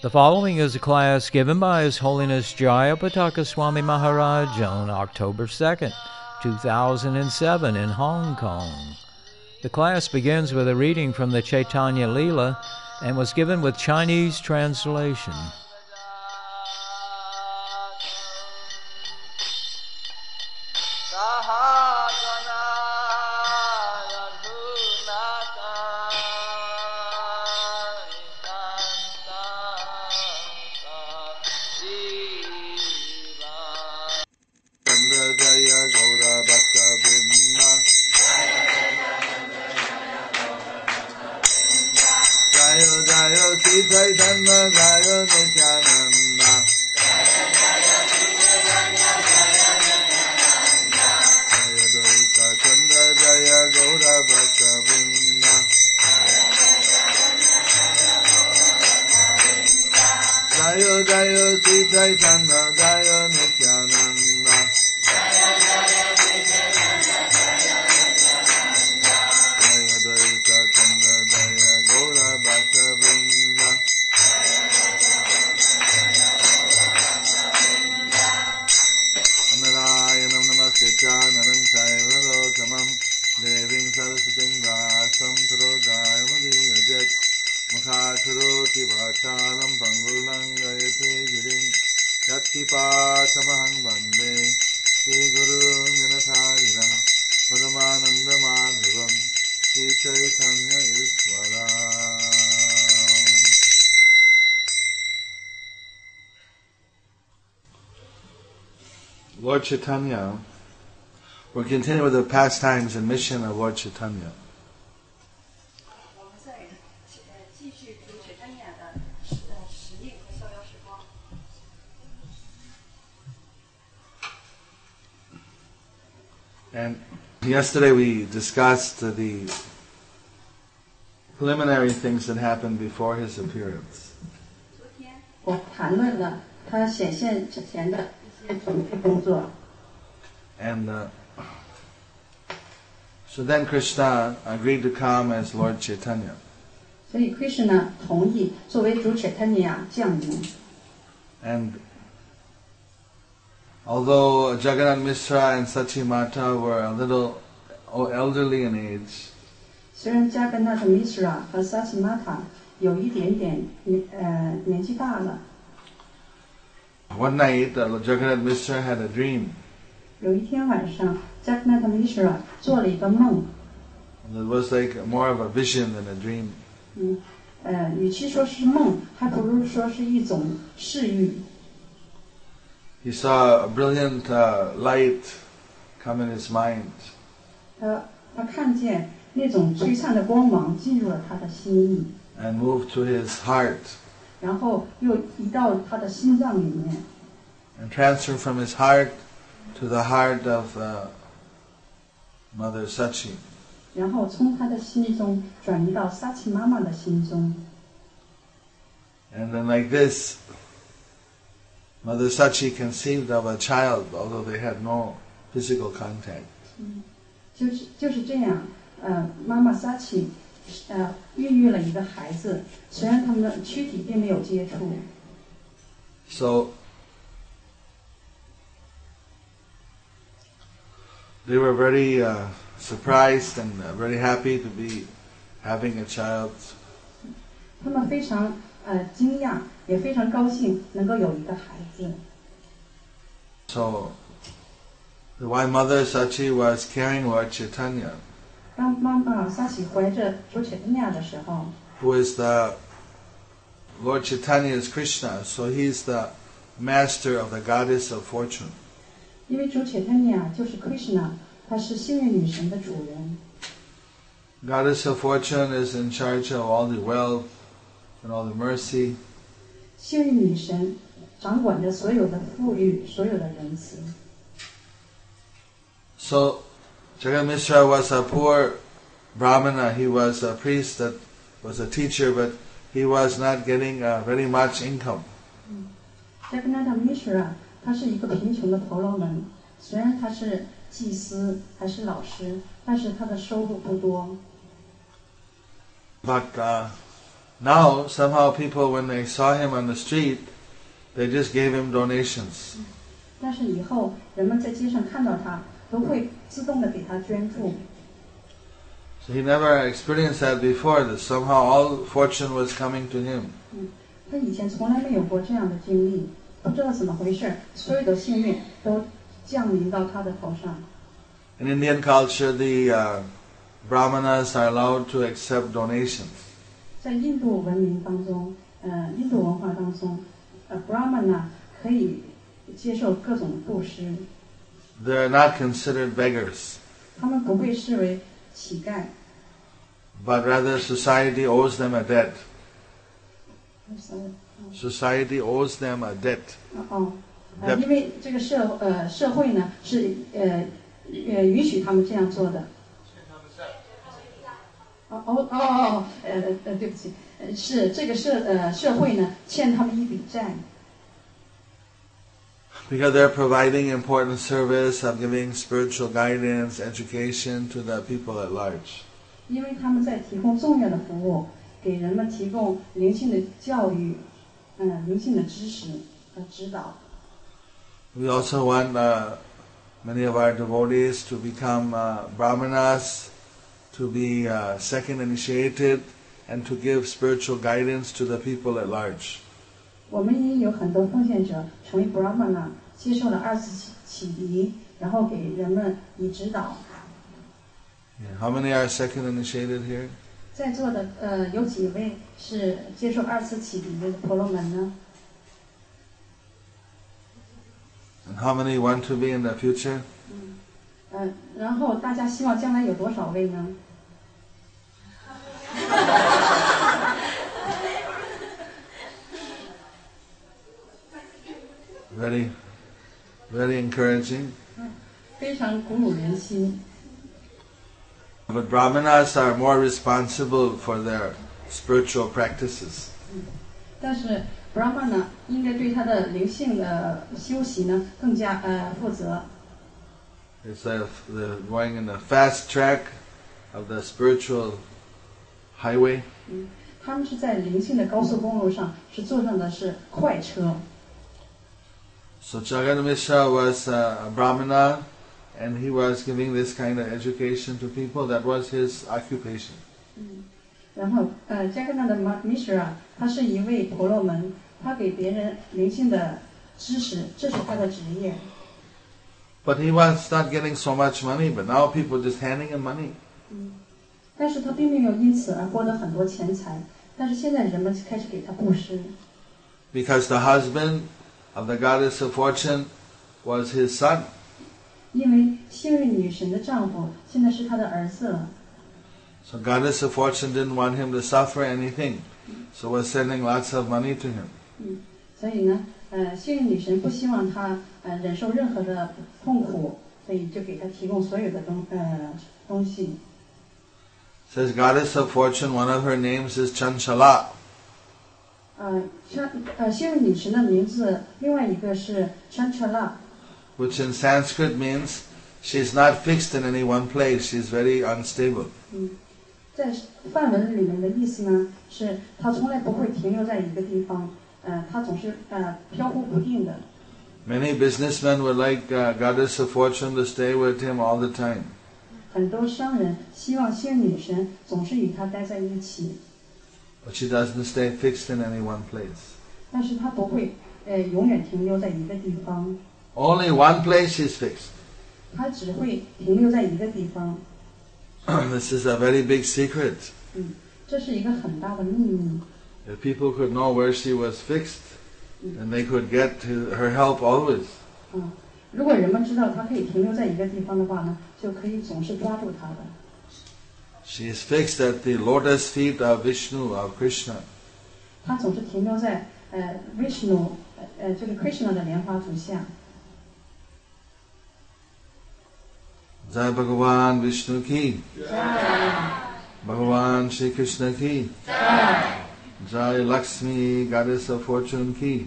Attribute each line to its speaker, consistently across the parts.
Speaker 1: The following is a class given by His Holiness Jayapataka Swami Maharaj on October 2nd, 2007 in Hong Kong. The class begins with a reading from the Chaitanya Lila and was given with Chinese translation.
Speaker 2: Lord Chaitanya, we're continuing with the pastimes and mission of Lord Chaitanya. And yesterday we discussed the preliminary things that happened before his appearance.
Speaker 3: 我谈论了他显现之前的
Speaker 2: and uh, so then Krishna agreed to come as Lord Chaitanya.
Speaker 3: 所以 Krishna 同意作为主 Chaitanya 降临。
Speaker 2: And although Jagannath Mishra and Sachi Mata were a little elderly in age,
Speaker 3: 虽然 Jagannath Mishra 和 Sachi Mata 有一点点年呃年纪大了。
Speaker 2: one night, uh, Jagannath Mishra had a dream.
Speaker 3: 有一天晚上，Jagannath Mishra 做了一个梦，
Speaker 2: And It was like more of a vision than a dream.
Speaker 3: 嗯，呃，与其说是梦，还不如说是一种视域。
Speaker 2: He saw a brilliant uh, light come in his mind.
Speaker 3: 他他看见那种璀璨的光芒进入了他的心意，
Speaker 2: and moved to his heart
Speaker 3: 然后又移到他的心脏里面，
Speaker 2: and transferred from his heart to the heart of uh, Mother Sachi.
Speaker 3: 然后从他的心中转移到撒奇妈妈的心中。
Speaker 2: And then, like this, Mother Sachi conceived of a child, although they had no physical contact.
Speaker 3: 就是就是这样，呃，妈妈撒奇，呃，孕育了一个孩子，虽然他们的躯体并没有接触。
Speaker 2: So they were very uh, surprised and uh, very happy to be having a child.
Speaker 3: 他们非常呃惊讶，也非常高兴能够有一个孩子。
Speaker 2: So, the why Mother Sachi was carrying Lord Chaitanya,
Speaker 3: 当妈妈撒喜怀着朱切尼亚的时候，
Speaker 2: who is the Lord Chaitanya is Krishna, so he's the master of the goddess of fortune.
Speaker 3: 因为朱切尼亚就是 Krishna，她是幸运女神的主人。
Speaker 2: Goddess of fortune is in charge of all the wealth and all the mercy,
Speaker 3: 幸运女神掌管着所有的富裕，所有的仁慈。
Speaker 2: So, Jagat Mishra was a poor brahmana. He was a priest at was a teacher, but he was not getting uh, very much income.
Speaker 3: Jagannatha Mishra，他是一个贫穷的婆罗门，虽然他是祭司还是老师，但是他的收入不多。
Speaker 2: But uh, now somehow people, when they saw him on the street, they just gave him donations.
Speaker 3: 但是以后人们在街上看到他，都会自动的给他捐助。
Speaker 2: So he never experienced that before. That somehow all fortune was coming to him.
Speaker 3: 他以前从来没有过这样的经历，不知道怎么回事，所有的幸运都降临到他的头上。
Speaker 2: In Indian culture, the uh, brahmanas are allowed to accept donations.
Speaker 3: 在印度文明当中，呃，印度文化当中，呃，brahmana 可以接受各种布施，
Speaker 2: They're not considered beggars,
Speaker 3: 他们不被视为乞丐。
Speaker 2: but rather society owes them a debt.
Speaker 3: 呃
Speaker 2: Society owes them a debt.
Speaker 3: 哦，呃，因为这个社呃社会呢是呃呃允许他们这样做的。哦哦哦哦，呃呃，对不起，呃是这个社呃社会呢欠他们一笔债，
Speaker 2: Because they're providing important service of giving spiritual guidance, education to the people at large.
Speaker 3: 因为他们在提供重要的服务，给人们提供灵性的教育，嗯、灵性的知识和指导。
Speaker 2: We also want uh, many of our devotees to become uh, brahmanas, to be uh, second initiated, and to give spiritual guidance to the people at large.
Speaker 3: 我们也有很多奉献者成为 Brahmana，接受了二次启迪，然后给人们以指导。
Speaker 2: Yeah. How many are second initiated here?
Speaker 3: 在座的呃有几位是接受二次启迪的婆罗门呢？
Speaker 2: And how many want to be in the future?
Speaker 3: 呃，然后大家希望将来有多少位呢？
Speaker 2: Very, very encouraging.
Speaker 3: 非常鼓舞人心。
Speaker 2: But brahmanas are more responsible for their spiritual practices.
Speaker 3: 但是 Brahmana 应该对他的灵性的修习呢更加呃负责。
Speaker 2: It's like they're going in the fast track of the spiritual highway.
Speaker 3: 他们是在灵性的高速公路上是坐上的是快车。
Speaker 2: So Jagannath Mishra was uh, a brahmana, and he was giving this kind of education to people. That was his occupation.
Speaker 3: 然后呃 j a g a n n a t Mishra 他是一位婆罗门，他给别人灵性的知识，这是他的职业。
Speaker 2: But he was not getting so much money. But now people just handing him money.
Speaker 3: 但是他并没有因此而获得很多钱财。但是现在人们开始给他布施，
Speaker 2: because the husband of the goddess of fortune was his son.
Speaker 3: 因为幸运女神的丈夫现在是他的儿子了。
Speaker 2: So goddess of fortune didn't want him to suffer anything, so was sending lots of money to him.
Speaker 3: 所以呢，呃，幸运女神不希望他呃忍受任何的痛苦，所以就给他提供所有的东呃东西。
Speaker 2: Says goddess of fortune, one of her names is Chanchala.
Speaker 3: 呃，山呃幸运女神的名字，另外一个是 Chanchala，
Speaker 2: which in Sanskrit means she's not fixed in any one place, she's very unstable.
Speaker 3: 在梵文里面的意思呢是她从来不会停留在一个地方，呃，她总是呃飘忽不定的。
Speaker 2: Many businessmen would like uh, goddess of fortune to stay with him all the time.
Speaker 3: 很多商人希望幸运女神总是与他待在一起，
Speaker 2: But she doesn't stay fixed in any one place.
Speaker 3: 但是她不会呃永远停留在一个地方，
Speaker 2: Only one place she's fixed.
Speaker 3: 她只会停留在一个地方。
Speaker 2: this is a very big secret.
Speaker 3: 这是一个很大的秘密。
Speaker 2: If people could know where she was fixed, then they could get to her help always.
Speaker 3: 如果人们知道她可以停留在一个地方的话呢，就可以总是抓住她的。
Speaker 2: She is fixed at the lotus feet of Vishnu, of Krishna.
Speaker 3: 她总是停留在呃 Vishnu 呃呃这个 Krishna 的莲花足下。
Speaker 2: Jai Bhagavan Vishnu Ki. Bhagavan Shri Krishna ki. Jai Lakshmi, goddess of fortune ki.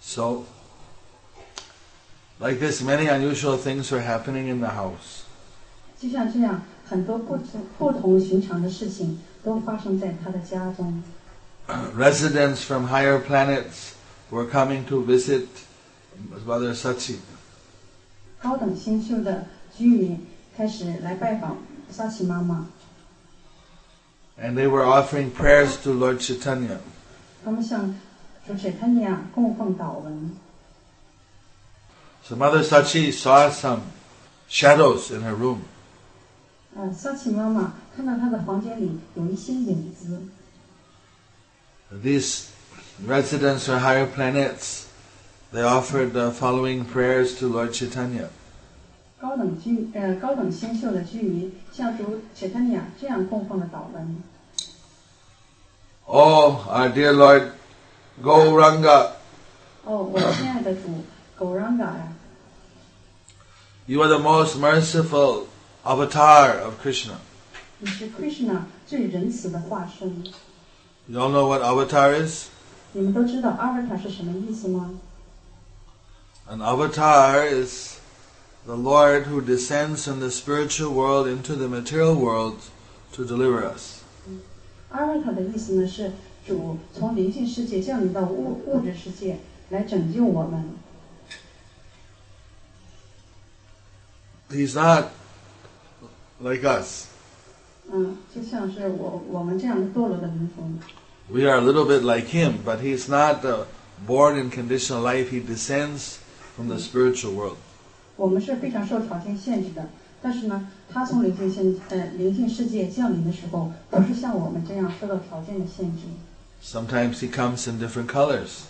Speaker 2: So, like this, many unusual things are happening in the house.
Speaker 3: 就像这样，很多不同不同寻常的事情都发生在他的家中。
Speaker 2: Residents from higher planets were coming to visit Mother Sachi.
Speaker 3: 高等星宿的居民开始来拜访沙琪妈妈，
Speaker 2: And they were offering prayers to Lord Chaitanya.
Speaker 3: 他们向主持泰尼亚供奉祷文。
Speaker 2: So Mother Sachi saw some shadows in her room.
Speaker 3: 呃，沙琪妈妈看到她的房间里有一些影子，
Speaker 2: These residents or higher planets, they offered the following prayers to Lord Chaitanya.
Speaker 3: 高等居呃高等星宿的居民向主持泰尼亚这样供奉了祷文：
Speaker 2: Oh, our dear Lord Gauranga,
Speaker 3: 哦，我亲爱的主，狗嚷嘎呀，
Speaker 2: you are the most merciful avatar of Krishna.
Speaker 3: 你是 Krishna 最仁慈的化身。
Speaker 2: You all know what avatar is?
Speaker 3: 你们都知道 avatar 是什么意思吗？
Speaker 2: An avatar is the Lord who descends from the spiritual world into the material world to deliver us.
Speaker 3: Avatar 的意思呢是主从灵性世界降临到物物质世界来拯救我们。
Speaker 2: He's not like us.
Speaker 3: 嗯，就像是我我们这样的堕落的民族，
Speaker 2: We are a little bit like him, but he's not uh, born in conditional life. He descends from the spiritual world.
Speaker 3: 我们是非常受条件限制的。但是呢，他从灵性现呃灵性世界降临的时候，不是像我们这样受到条件的限制。
Speaker 2: Sometimes he comes in different colors.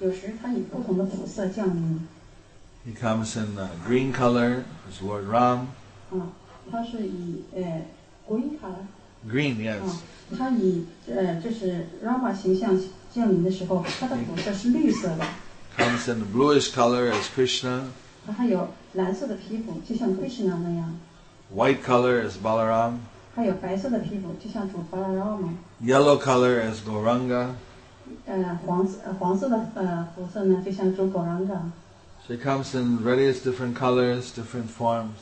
Speaker 3: 有时他以不同的肤色降临，
Speaker 2: He comes in uh, green color, is Lord Ram.
Speaker 3: 啊，他是以呃国一卡
Speaker 2: Green,
Speaker 3: 啊
Speaker 2: yes.，
Speaker 3: 他以呃就是 Rama 形象降临的时候，他的肤色是绿色的，
Speaker 2: Comes in bluish color as Krishna.
Speaker 3: 他还有蓝色的皮肤，就像 Krishna 那样，
Speaker 2: White color as Balaram.
Speaker 3: 还有白色的皮肤，就像主巴拉拉嘛。
Speaker 2: Yellow color as Goranga.
Speaker 3: 呃，黄色呃黄色的呃肤色呢，就像主狗狼长，
Speaker 2: So he comes in various different colors, different forms.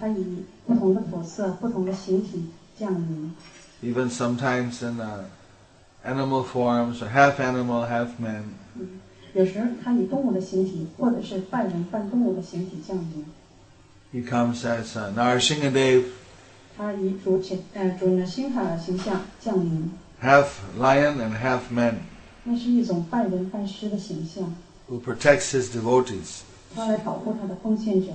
Speaker 3: 它以不同的肤色、不同的形体降临，
Speaker 2: Even sometimes in uh, animal forms, or half animal, half man.
Speaker 3: 有时它以动物的形体，或者是半人半动物的形体降临。
Speaker 2: He comes as uh, Narasimhadev,
Speaker 3: 它以主前呃主呢辛卡的形象降临，
Speaker 2: half lion and half man,
Speaker 3: 那是一种半人半狮的形象，
Speaker 2: who protects his devotees.
Speaker 3: 它来保护它的奉献者。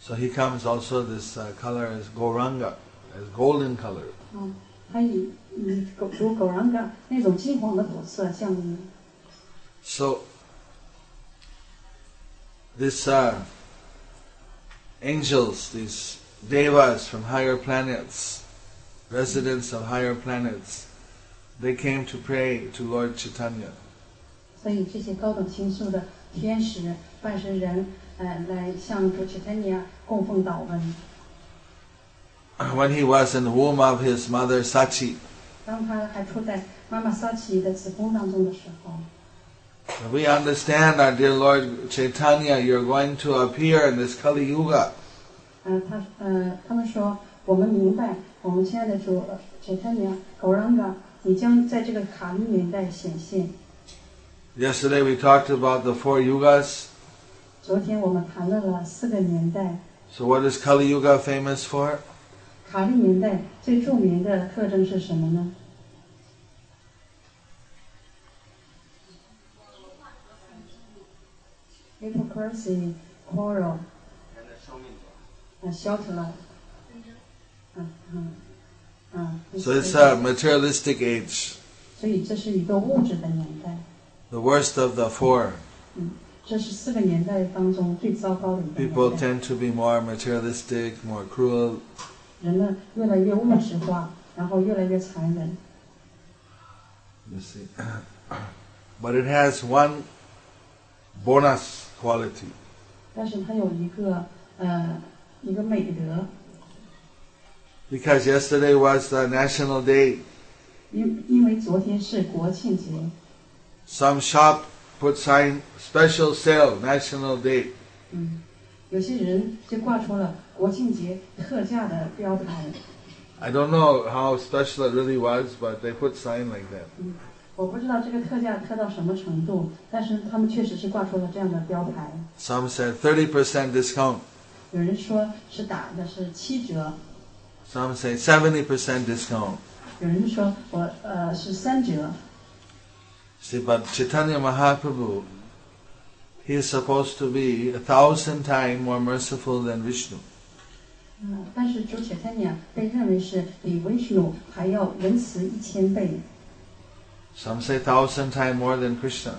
Speaker 2: So he comes also this uh, color as Goranga, as golden color.
Speaker 3: 啊，它以以狗主狗狼长那种金黄的肤色降临。
Speaker 2: So this uh, angels, these devas from higher planets, residents of higher planets, they came to pray to Lord Chaitanya.
Speaker 3: 所以这些高等星宿的天使、半神人，呃，来向主持尼亚供奉祷文。
Speaker 2: When he was in the womb of his mother Sachi,
Speaker 3: 当他还处在妈妈萨奇的子宫当中的时候，
Speaker 2: We understand, our dear Lord Chaitanya, you're going to appear in this Kali Yuga.
Speaker 3: 呃，他呃，他们说，我们明白，我们亲爱的主主持尼亚狗让嘎，你将在这个卡利年代显现。
Speaker 2: Yesterday we talked about the four yugas.
Speaker 3: 昨天我们谈论了四个年代，
Speaker 2: So what is Kali Yuga famous for?
Speaker 3: 卡利年代最著名的特征是什么呢？hypocrisy, quarrel，啊，shelter，嗯嗯嗯，
Speaker 2: So it's a materialistic age,
Speaker 3: 所以这是一个物质的年代，
Speaker 2: the worst of the four.
Speaker 3: 这是四个年代当中最糟糕的一个
Speaker 2: People
Speaker 3: 年代。
Speaker 2: tend to be more materialistic, more cruel.
Speaker 3: 人们越来越物质化，然后越来越残忍。
Speaker 2: You see. But it has one bonus quality.
Speaker 3: 但是它有一个呃一个美德。
Speaker 2: Because yesterday was the National Day.
Speaker 3: 因因为昨天是国庆节，
Speaker 2: Some shop put sign special sale National Day.
Speaker 3: 有些人就挂出了国庆节特价的标牌。
Speaker 2: I don't know how special it really was, but they put sign like that.
Speaker 3: 我不知道这个特价特到什么程度，但是他们确实是挂出了这样的标牌。
Speaker 2: Some said 30% discount.
Speaker 3: 有人说是打的是七折，
Speaker 2: Some say 70% discount.
Speaker 3: 有人说我呃是三折。
Speaker 2: See, but Chaitanya Mahaprabhu, he is supposed to be a thousand times more merciful than Vishnu.
Speaker 3: 嗯，但是主且天鸟被认为是比维什努还要仁慈一千倍。
Speaker 2: Some say thousand times more than Krishna.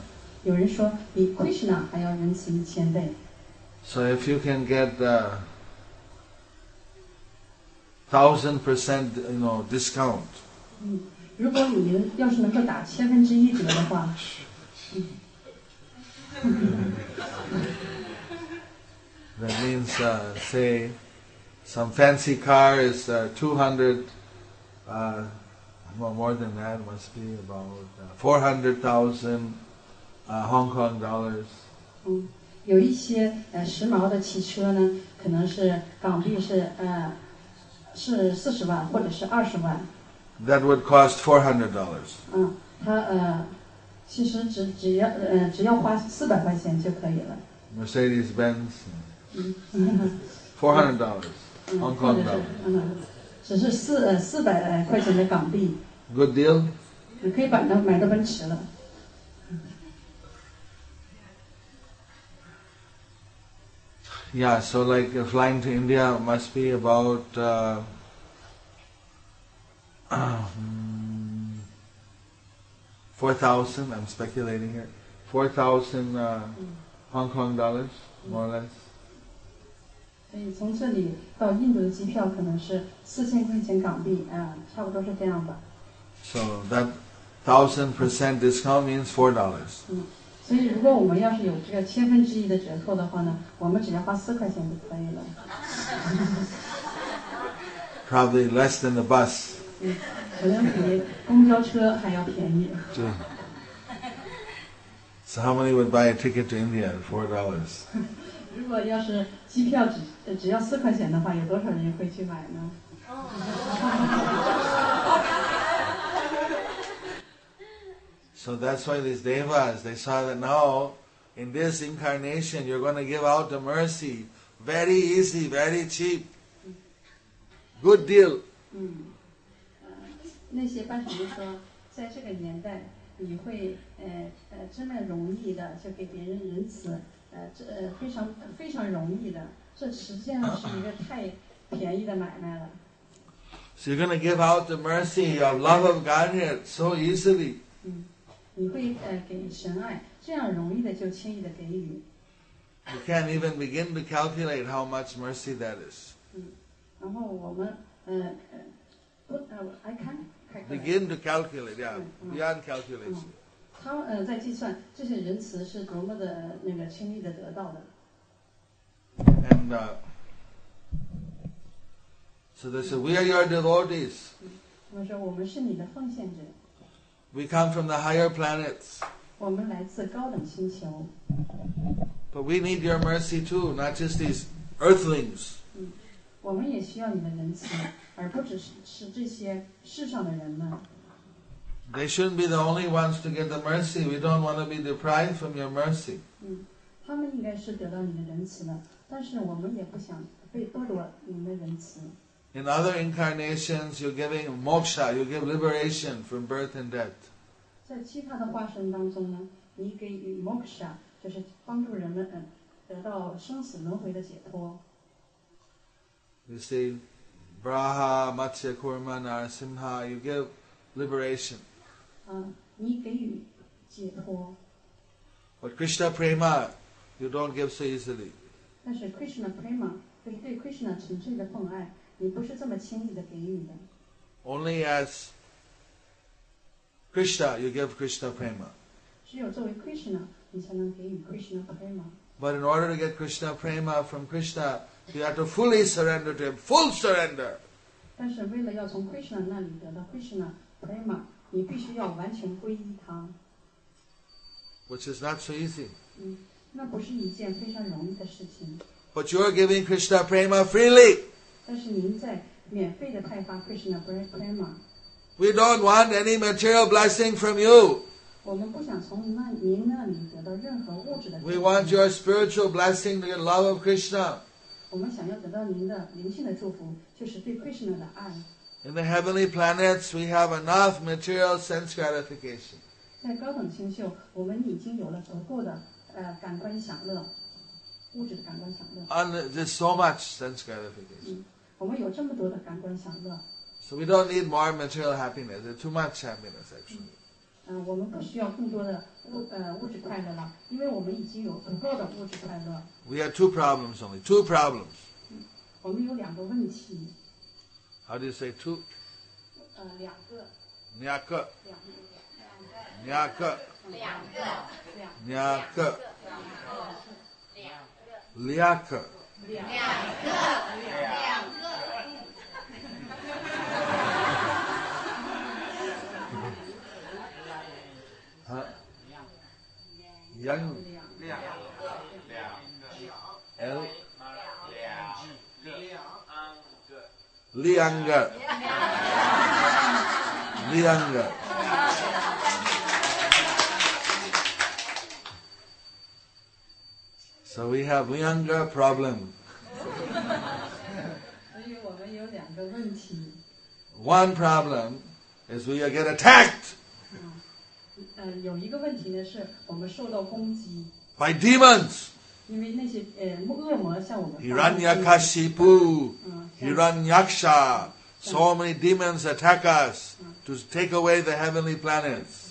Speaker 3: 有人说比 Krishna 还要仁慈一千倍。
Speaker 2: So if you can get uh, thousand percent, you know, discount,
Speaker 3: 如果你们要是能够打千分之一折的话，
Speaker 2: that means uh, say some fancy car is uh, two hundred. Uh, well, more than that must be about uh, four hundred thousand uh, Hong Kong dollars.
Speaker 3: 嗯，有一些呃时髦的汽车呢，可能是港币是呃是四十万或者是二十万，
Speaker 2: That would cost four hundred dollars.
Speaker 3: 嗯，它呃其实只只要呃只要花四百块钱就可以了，
Speaker 2: Mercedes Benz, four hundred dollars,
Speaker 3: 嗯，
Speaker 2: Hong
Speaker 3: 或
Speaker 2: Kong
Speaker 3: 者是
Speaker 2: dollars.
Speaker 3: 嗯，只是四呃四百块钱的港币，
Speaker 2: Good deal.
Speaker 3: 你可以买到买到奔驰了。
Speaker 2: Yeah, so like uh, flying to India must be about uh, four thousand. I'm speculating here. Four thousand uh, Hong Kong dollars, more or less.
Speaker 3: 所以从这里到印度的机票可能是四千块钱港币，啊、差不多是这样吧。
Speaker 2: So that thousand percent discount means four dollars.
Speaker 3: 所以如果我们要是有这个千分之一的折扣的话呢，我们只要花四块钱就可以了。
Speaker 2: Probably less than the bus.
Speaker 3: 嗯，可能比公交车还要便宜。
Speaker 2: too. So how many would buy a ticket to India at four dollars?
Speaker 3: 如果要是机票只呃只要四块钱的话，有多少人会去买呢？
Speaker 2: So that's why these devas, they saw that now, in this incarnation, you're going to give out the mercy. Very easy, very cheap. Good deal.
Speaker 3: 那些班主任说，在这个年代，你会呃呃这么容易的就给别人仁慈，呃这呃非常非常容易的，这实际上是一个太便宜的买卖了。
Speaker 2: So you're going to give out the mercy of love of Godhead so easily.
Speaker 3: 你会呃给神爱，这样容易的就轻易的给予，
Speaker 2: You can't even begin to calculate how much mercy that is.
Speaker 3: 然后我们呃呃不呃，I can 开口来
Speaker 2: Begin to calculate, yeah, beyond calculation.
Speaker 3: 他们呃在计算这些仁慈是多么的那个轻易的得到的。
Speaker 2: And uh, so they said, We are your devotees.
Speaker 3: 他们说我们是你的奉献者，
Speaker 2: We come from the higher planets.
Speaker 3: 我们来自高等星球，
Speaker 2: But we need your mercy too, not just these earthlings.
Speaker 3: 我们也需要你的仁慈，而不只是是这些世上的人们。
Speaker 2: They shouldn't be the only ones to get the mercy. We don't want to be deprived from your mercy.
Speaker 3: 他们应该是得到你的仁慈了，但是我们也不想被剥夺你的仁慈。
Speaker 2: In other incarnations, you're giving moksha, you give liberation from birth and death.
Speaker 3: 在其他的化身当中呢，你给予 moksha 就是帮助人们嗯得到生死轮回的解脱。
Speaker 2: You see, Braha, Matsya, Kurma, Narasimha, you give liberation.
Speaker 3: 啊，你给予解脱，
Speaker 2: But Krishna Prema, you don't give so easily.
Speaker 3: 但是 Krishna prema 就是对 Krishna 纯粹的奉爱，你不是这么轻易的给予的。
Speaker 2: Only as Krishna, you give Krishna Prema.
Speaker 3: 只有作为 Krishna，你才能给予 Krishna prema。
Speaker 2: But in order to get Krishna Prema from Krishna, You have to fully surrender to Him, full surrender.
Speaker 3: 但是为了要从 Krishna 那里得到 Krishna prema，你必须要完全皈依他，
Speaker 2: which is not so easy.
Speaker 3: 那不是一件非常容易的事情。
Speaker 2: But you're giving Krishna prema freely.
Speaker 3: 但是您在免费的派发 Krishna prema，
Speaker 2: We don't want any material blessing from you.
Speaker 3: 我们不想从那您那里得到任何物质的
Speaker 2: We
Speaker 3: 祝
Speaker 2: want
Speaker 3: 福，
Speaker 2: your spiritual blessing, your love of Krishna.
Speaker 3: 我们想要得到您的灵性的祝福，就是对 Krishna 的爱。
Speaker 2: In the heavenly planets, we have enough material sense gratification.
Speaker 3: 在高等星宿，我们已经有了足够的呃感官享乐，物质的感官享乐，
Speaker 2: Un- There's so much sense gratification.
Speaker 3: 我们有这么多的感官享乐，
Speaker 2: So we don't need more material happiness. There's too much happiness, actually.
Speaker 3: 嗯、我们不需要更多的物呃物质快乐了，因为我们已经有足够的物质快乐。
Speaker 2: We have two problems only. Two problems.
Speaker 3: 我们有两个问题，
Speaker 2: How do you say two?
Speaker 3: 呃，两个，
Speaker 2: Nyaka.
Speaker 3: 两个，
Speaker 2: Nyaka.
Speaker 3: 两
Speaker 2: Nyaka. Lyaka. 啊，两
Speaker 3: 两个，
Speaker 2: L 两个，两个。So we have Lianga problem.
Speaker 3: 所以我们有两个问题，
Speaker 2: One problem is we get attacked
Speaker 3: 呃，有一个问题呢是我们受到攻击，
Speaker 2: by demons.
Speaker 3: 因为那些呃恶魔向我们发怒
Speaker 2: Hiranyakashipu,
Speaker 3: 嗯，像
Speaker 2: Hiranyaksha. So many demons attack us to take away the heavenly planets.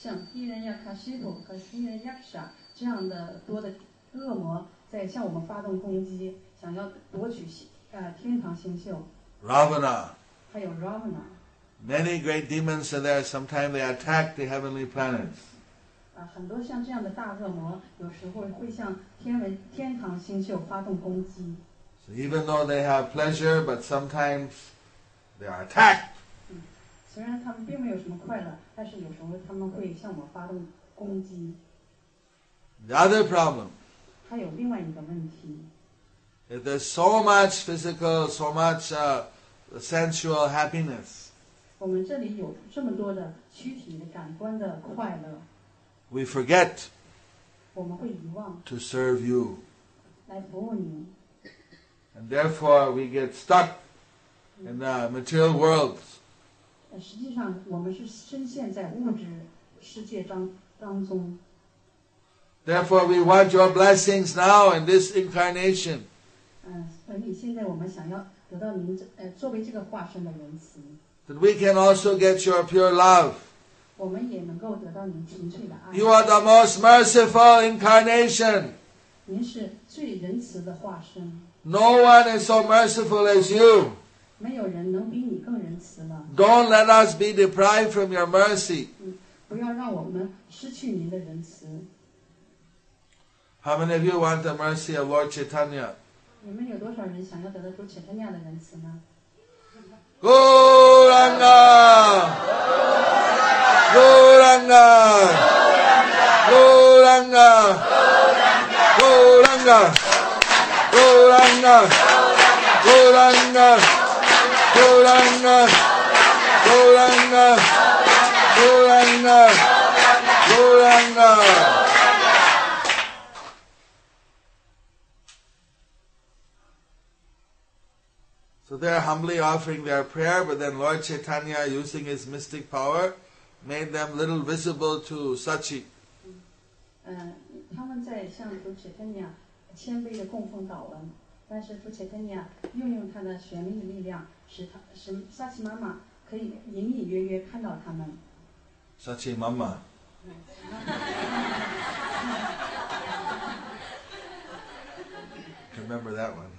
Speaker 3: 像伊人亚卡西普和伊人亚沙这样的多的恶魔在向我们发动攻击，想要夺取星呃天堂星宿，
Speaker 2: Ravana.
Speaker 3: 还有 Ravana
Speaker 2: Many great demons are there. Sometimes they attack the heavenly planets.
Speaker 3: 啊，很多像这样的大恶魔，有时候会向天文天堂星宿发动攻击。
Speaker 2: So even though they have pleasure, but sometimes they are attacked.
Speaker 3: 虽然他们并没有什么快乐，但是有时候他们会向我发动攻击。
Speaker 2: The other problem
Speaker 3: 还有另外一个问题，
Speaker 2: is there's so much physical, so much uh, sensual happiness.
Speaker 3: 我们这里有这么多的躯体的感官的快乐，
Speaker 2: We forget
Speaker 3: 我们会遗忘
Speaker 2: to serve you.
Speaker 3: 来服务您。
Speaker 2: And therefore, we get stuck in the material world.
Speaker 3: 呃实际上，我们是深陷在物质世界当当中，
Speaker 2: Therefore, we want your blessings now in this incarnation.
Speaker 3: 嗯、所以现在我们想要得到您这呃作为这个化身的仁慈，
Speaker 2: That we can also get your pure love.
Speaker 3: 我们也能够得到您纯粹的爱。
Speaker 2: You are the most merciful incarnation.
Speaker 3: 您是最仁慈的化身，
Speaker 2: No one is so merciful as you.
Speaker 3: 没有人能比你更仁慈了。
Speaker 2: Don't let us be deprived from your mercy.
Speaker 3: 不要让我们失去您的仁慈。
Speaker 2: How many of you want the mercy of Lord Chaitanya?
Speaker 3: 你们有多少人想要得到主切特尼亚的仁慈呢？
Speaker 2: Gauranga! Gauranga! Gauranga! Gauranga! Gauranga! Gauranga! Gauranga! Gauranga! Gauranga! Gauranga! So they are humbly offering their prayer, but then Lord Chaitanya, using his mystic power, made them little visible to Sachi.
Speaker 3: 呃，他们在向主切特尼亚谦卑的供奉祷文，但是主切特尼亚运用他的玄秘力量，使他使萨奇妈妈可以隐隐约约看到他们。
Speaker 2: Sachi Mama. Remember that one.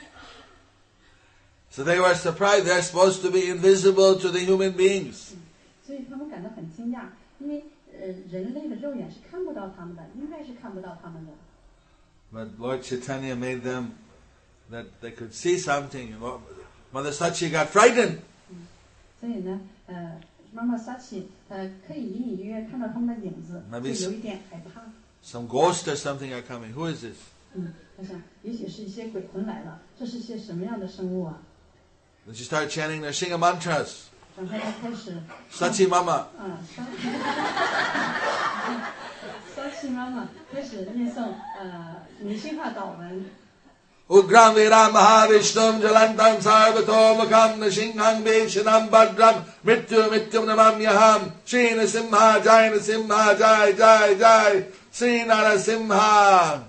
Speaker 2: so they were surprised. They're supposed to be invisible to the human beings.
Speaker 3: 所以他们感到很惊讶，因为呃人类的肉眼是看不到他们的，应该是看不到他们的。
Speaker 2: But Lord Chaitanya made them that they could see something. And Lord- Mother Sachi got frightened.
Speaker 3: 所以呢，呃，妈妈撒起，呃，可以隐隐约约看到他们的影子，
Speaker 2: 那
Speaker 3: 就
Speaker 2: 为什
Speaker 3: 有一点害怕。
Speaker 2: Some ghosts or something are coming. Who is this?
Speaker 3: 嗯，他想，也许是一些鬼魂来了，这是些什么样的生物啊？
Speaker 2: Then she started chanting Nrsimha mantras.
Speaker 3: 然后他开始，
Speaker 2: Sachi Mama.
Speaker 3: 啊，撒，撒起妈妈开始念诵呃迷信化祷文，
Speaker 2: Ugram Viram Mahavishnum Jalantam Sarvato Mukam Nrsingham Veshanam Bhadram Mrityu Mityum Namam Yaham Shri Nrsimha Jai Nrsimha Jai Jai Jai Sri Narasimha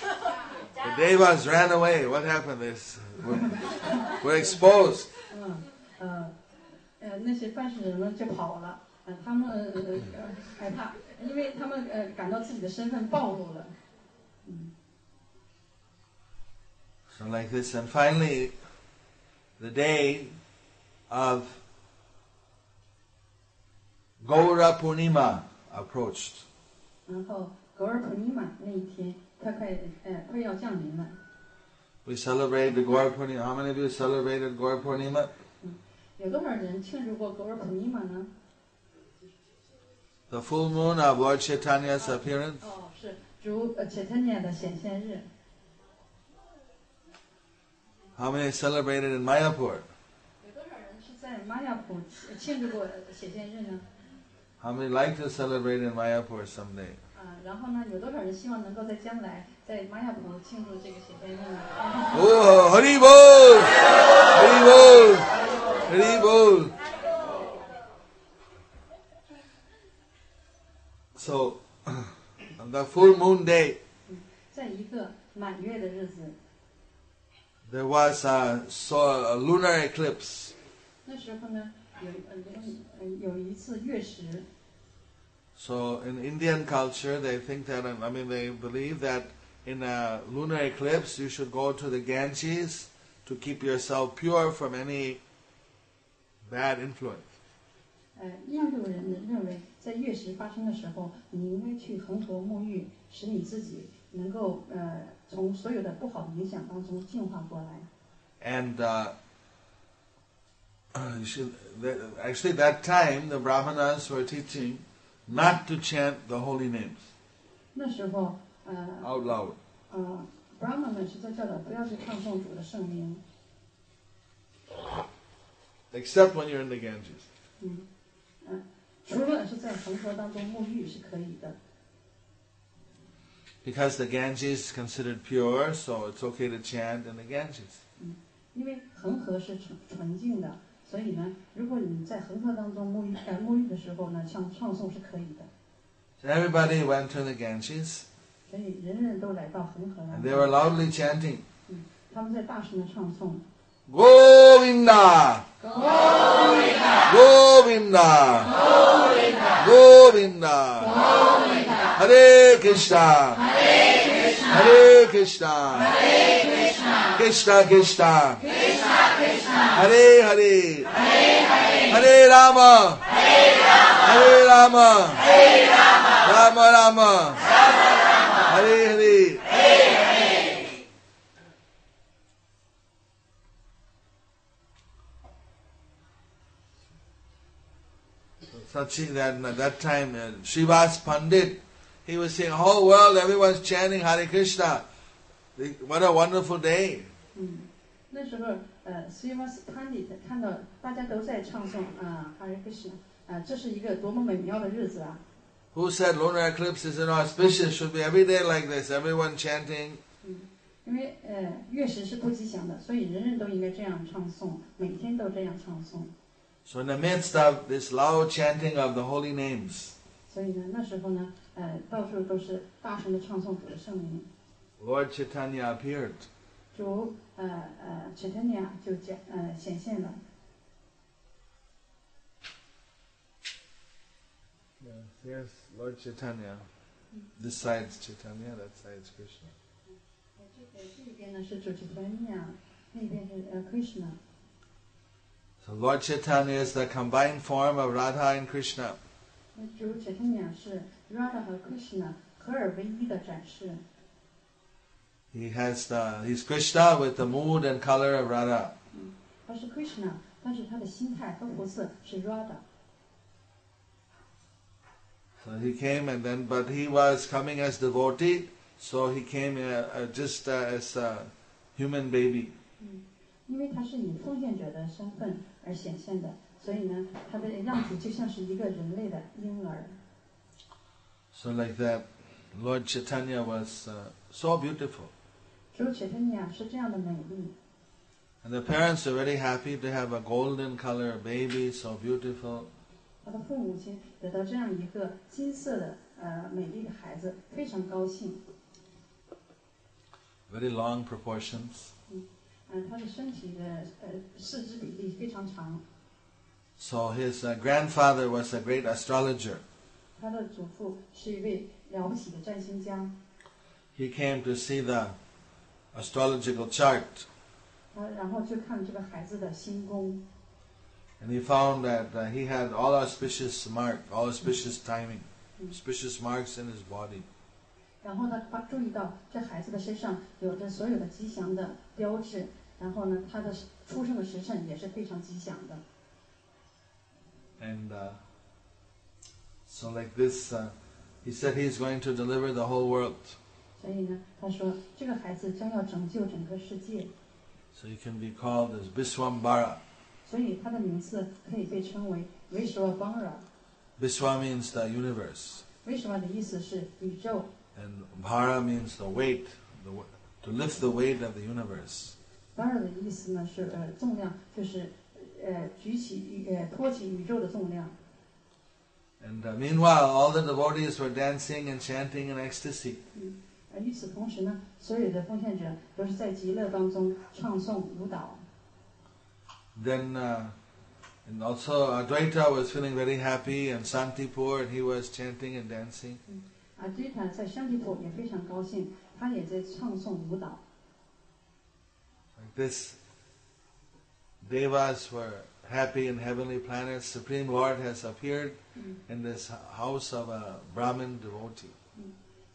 Speaker 2: The devas ran away. What happened? This we're, we're exposed.
Speaker 3: 嗯，呃，呃，那些办事人们就跑了，呃，他们呃呃害怕，因为他们呃感到自己的身份暴露了。
Speaker 2: So like this, and finally, the day of Gaura Purnima approached.
Speaker 3: 然后格尔普尼玛那一天快快呃快要降临了，
Speaker 2: We celebrate the Gaura Purnima. How many of you celebrated Gaura Purnima?
Speaker 3: 有多少人庆祝过格尔普尼玛呢？
Speaker 2: The full moon of Lord Chaitanya's appearance.
Speaker 3: 哦，是主呃 c h a i t 的显现日。
Speaker 2: How many celebrated in Mayapur?
Speaker 3: 有多少人是在玛雅普庆祝过显现日呢？
Speaker 2: How many like to celebrate in Mayapur someday?
Speaker 3: 啊，然后呢，有多少人希望能够在将来在玛雅普庆祝这个显现日呢？
Speaker 2: Oh, Hari Bol! Hari Bol! Hari Bol! So, on the full moon day,
Speaker 3: 在一个满月的日子，
Speaker 2: there was a, so, a lunar eclipse.
Speaker 3: 那时候呢，有呃有呃有一次月食，
Speaker 2: So, in Indian culture, they think that, I mean, they believe that in a lunar eclipse, you should go to the Ganges to keep yourself pure from any bad influence.
Speaker 3: 呃，印度人呢认为在月食发生的时候，你应该去恒河沐浴，使你自己能够呃从所有的不好的影响当中净化过来。
Speaker 2: And uh, you should, that, actually, that time the Brahmanas were teaching not to chant the holy names
Speaker 3: 那时候，呃
Speaker 2: out loud.
Speaker 3: 呃，Brahma 们是在教导不要去唱诵主的圣名，
Speaker 2: Except when you're in the Ganges.
Speaker 3: 除了是在恒河当中沐浴是可以的，
Speaker 2: Because the Ganges is considered pure, so it's okay to chant in the Ganges.
Speaker 3: 因为恒河是纯纯净的，所以呢，如果你在恒河当中沐浴呃沐浴的时候呢，唱唱诵是可以的。
Speaker 2: So everybody went to the Ganges
Speaker 3: 所以人人都来到恒河
Speaker 2: and they were
Speaker 3: 了，
Speaker 2: loudly chanting,
Speaker 3: 他们在大声的唱诵。
Speaker 2: Govinda! Govinda! Govinda! Govinda! Hare Krishna! Hare Krishna! Hare Krishna! Krishna Krishna! Krishna Krishna! Hare Hare! Hare Hare! Hare Rama! Hare Rama! Hare Rama! Rama Rama! Hare Hare! Sachi that at that time uh, Shivas Pandit, he was saying, whole world, everyone's chanting Hare Krishna. The- What a wonderful day.
Speaker 3: 嗯，那时候呃 s r i v a s Pandit 看到大家都在唱诵啊 Hare Krishna 啊，这是一个多么美妙的日子啊！
Speaker 2: Who said lunar eclipse is inauspicious? Should be every day like this, everyone chanting.
Speaker 3: 因为呃月食是不吉祥的，所以人人都应该这样唱诵，每天都这样唱诵。
Speaker 2: So in the midst of this loud chanting of the holy names,
Speaker 3: 所以呢，那时候呢，呃，到处都是大声的唱诵主的圣名，
Speaker 2: Lord Chaitanya appeared.
Speaker 3: 主呃呃 Chaitanya 就显呃显现了。
Speaker 2: Yes, yes, Lord Chaitanya. This side's Chaitanya, that side's Krishna.
Speaker 3: 呃这个这一边呢是主 Chaitanya，那边是呃 Krishna。
Speaker 2: So Lord Chaitanya is the combined form of Radha and Krishna.
Speaker 3: 那主 Chaitanya 是 Radha 和 Krishna 合合而为一的展示。
Speaker 2: He has the he's Krishna with the mood and color of Radha.
Speaker 3: 他是 Krishna，但是他的心态和肤色是 Radha。
Speaker 2: So he came and then, but he was coming as devotee, so he came uh, uh, just uh, as a human baby.
Speaker 3: 因为他是以奉献者的身份而显现的，所以呢，他的样子就像是一个人类的婴儿。
Speaker 2: So like that, Lord Chaitanya was uh, so beautiful,
Speaker 3: 只有 c h 尼 i 是这样的美丽，
Speaker 2: and the parents were very happy to have a golden color baby, so beautiful.
Speaker 3: 他的父母亲得到这样一个金色的呃美丽的孩子，非常高兴。
Speaker 2: very long proportions.
Speaker 3: 嗯、他的身体的呃四肢比例非常长。
Speaker 2: So his uh, grandfather was a great astrologer.
Speaker 3: 他的祖父是一位了不起的占星家，
Speaker 2: He came to see the astrological chart
Speaker 3: 他然后就看这个孩子的星宫，
Speaker 2: and he found that uh, he had all auspicious mark, all auspicious timing, auspicious marks in his body.
Speaker 3: 然后呢，他注意到这孩子的身上有着所有的吉祥的标志，然后呢，他的出生的时辰也是非常吉祥的。
Speaker 2: And uh, so like this, uh, he said he's going to deliver the whole world.
Speaker 3: 所以呢，他说这个孩子将要拯救整个世界，
Speaker 2: So he can be called as Biswambara.
Speaker 3: 所以他的名字可以被称为维什瓦邦拉。
Speaker 2: Biswa means the universe
Speaker 3: 维什瓦的意思是宇宙，
Speaker 2: and Bhara means the weight, the, w- to lift the weight of the universe.
Speaker 3: 邦拉的意思呢是呃重量，就是呃举起宇呃托起宇宙的重量。
Speaker 2: And uh, meanwhile, all the devotees were dancing and chanting in ecstasy.
Speaker 3: 而与此同时呢，所有的奉献者都是在极乐当中唱诵舞蹈。
Speaker 2: Then, uh, and also Advaita was feeling very happy, and Santipur, and he was chanting and dancing.
Speaker 3: 啊，追团在山地土也非常高兴，他也在唱诵舞蹈。
Speaker 2: Like this, devas were happy in heavenly planets. Supreme Lord has appeared in this h- house of a Brahmin devotee.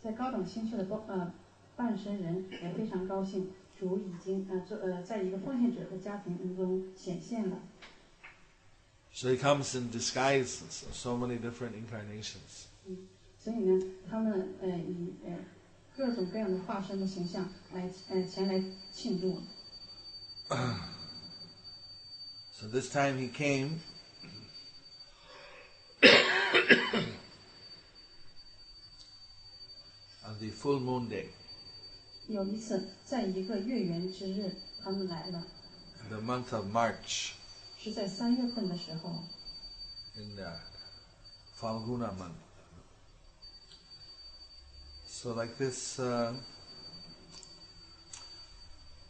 Speaker 3: 在高等星区的包呃半神人也非常高兴，主已经呃做呃在一个奉献者的家庭中显现了。
Speaker 2: So he comes in disguises of so many different incarnations.
Speaker 3: 所以呢，他们呃以呃各种各样的化身的形象来呃前来庆祝。
Speaker 2: So this time he came. on the full moon day.
Speaker 3: 有一次，在一个月圆之日，他们来了，
Speaker 2: in the month of March,
Speaker 3: 是在三月份的时候，
Speaker 2: in the Falguna month. So, like this, uh,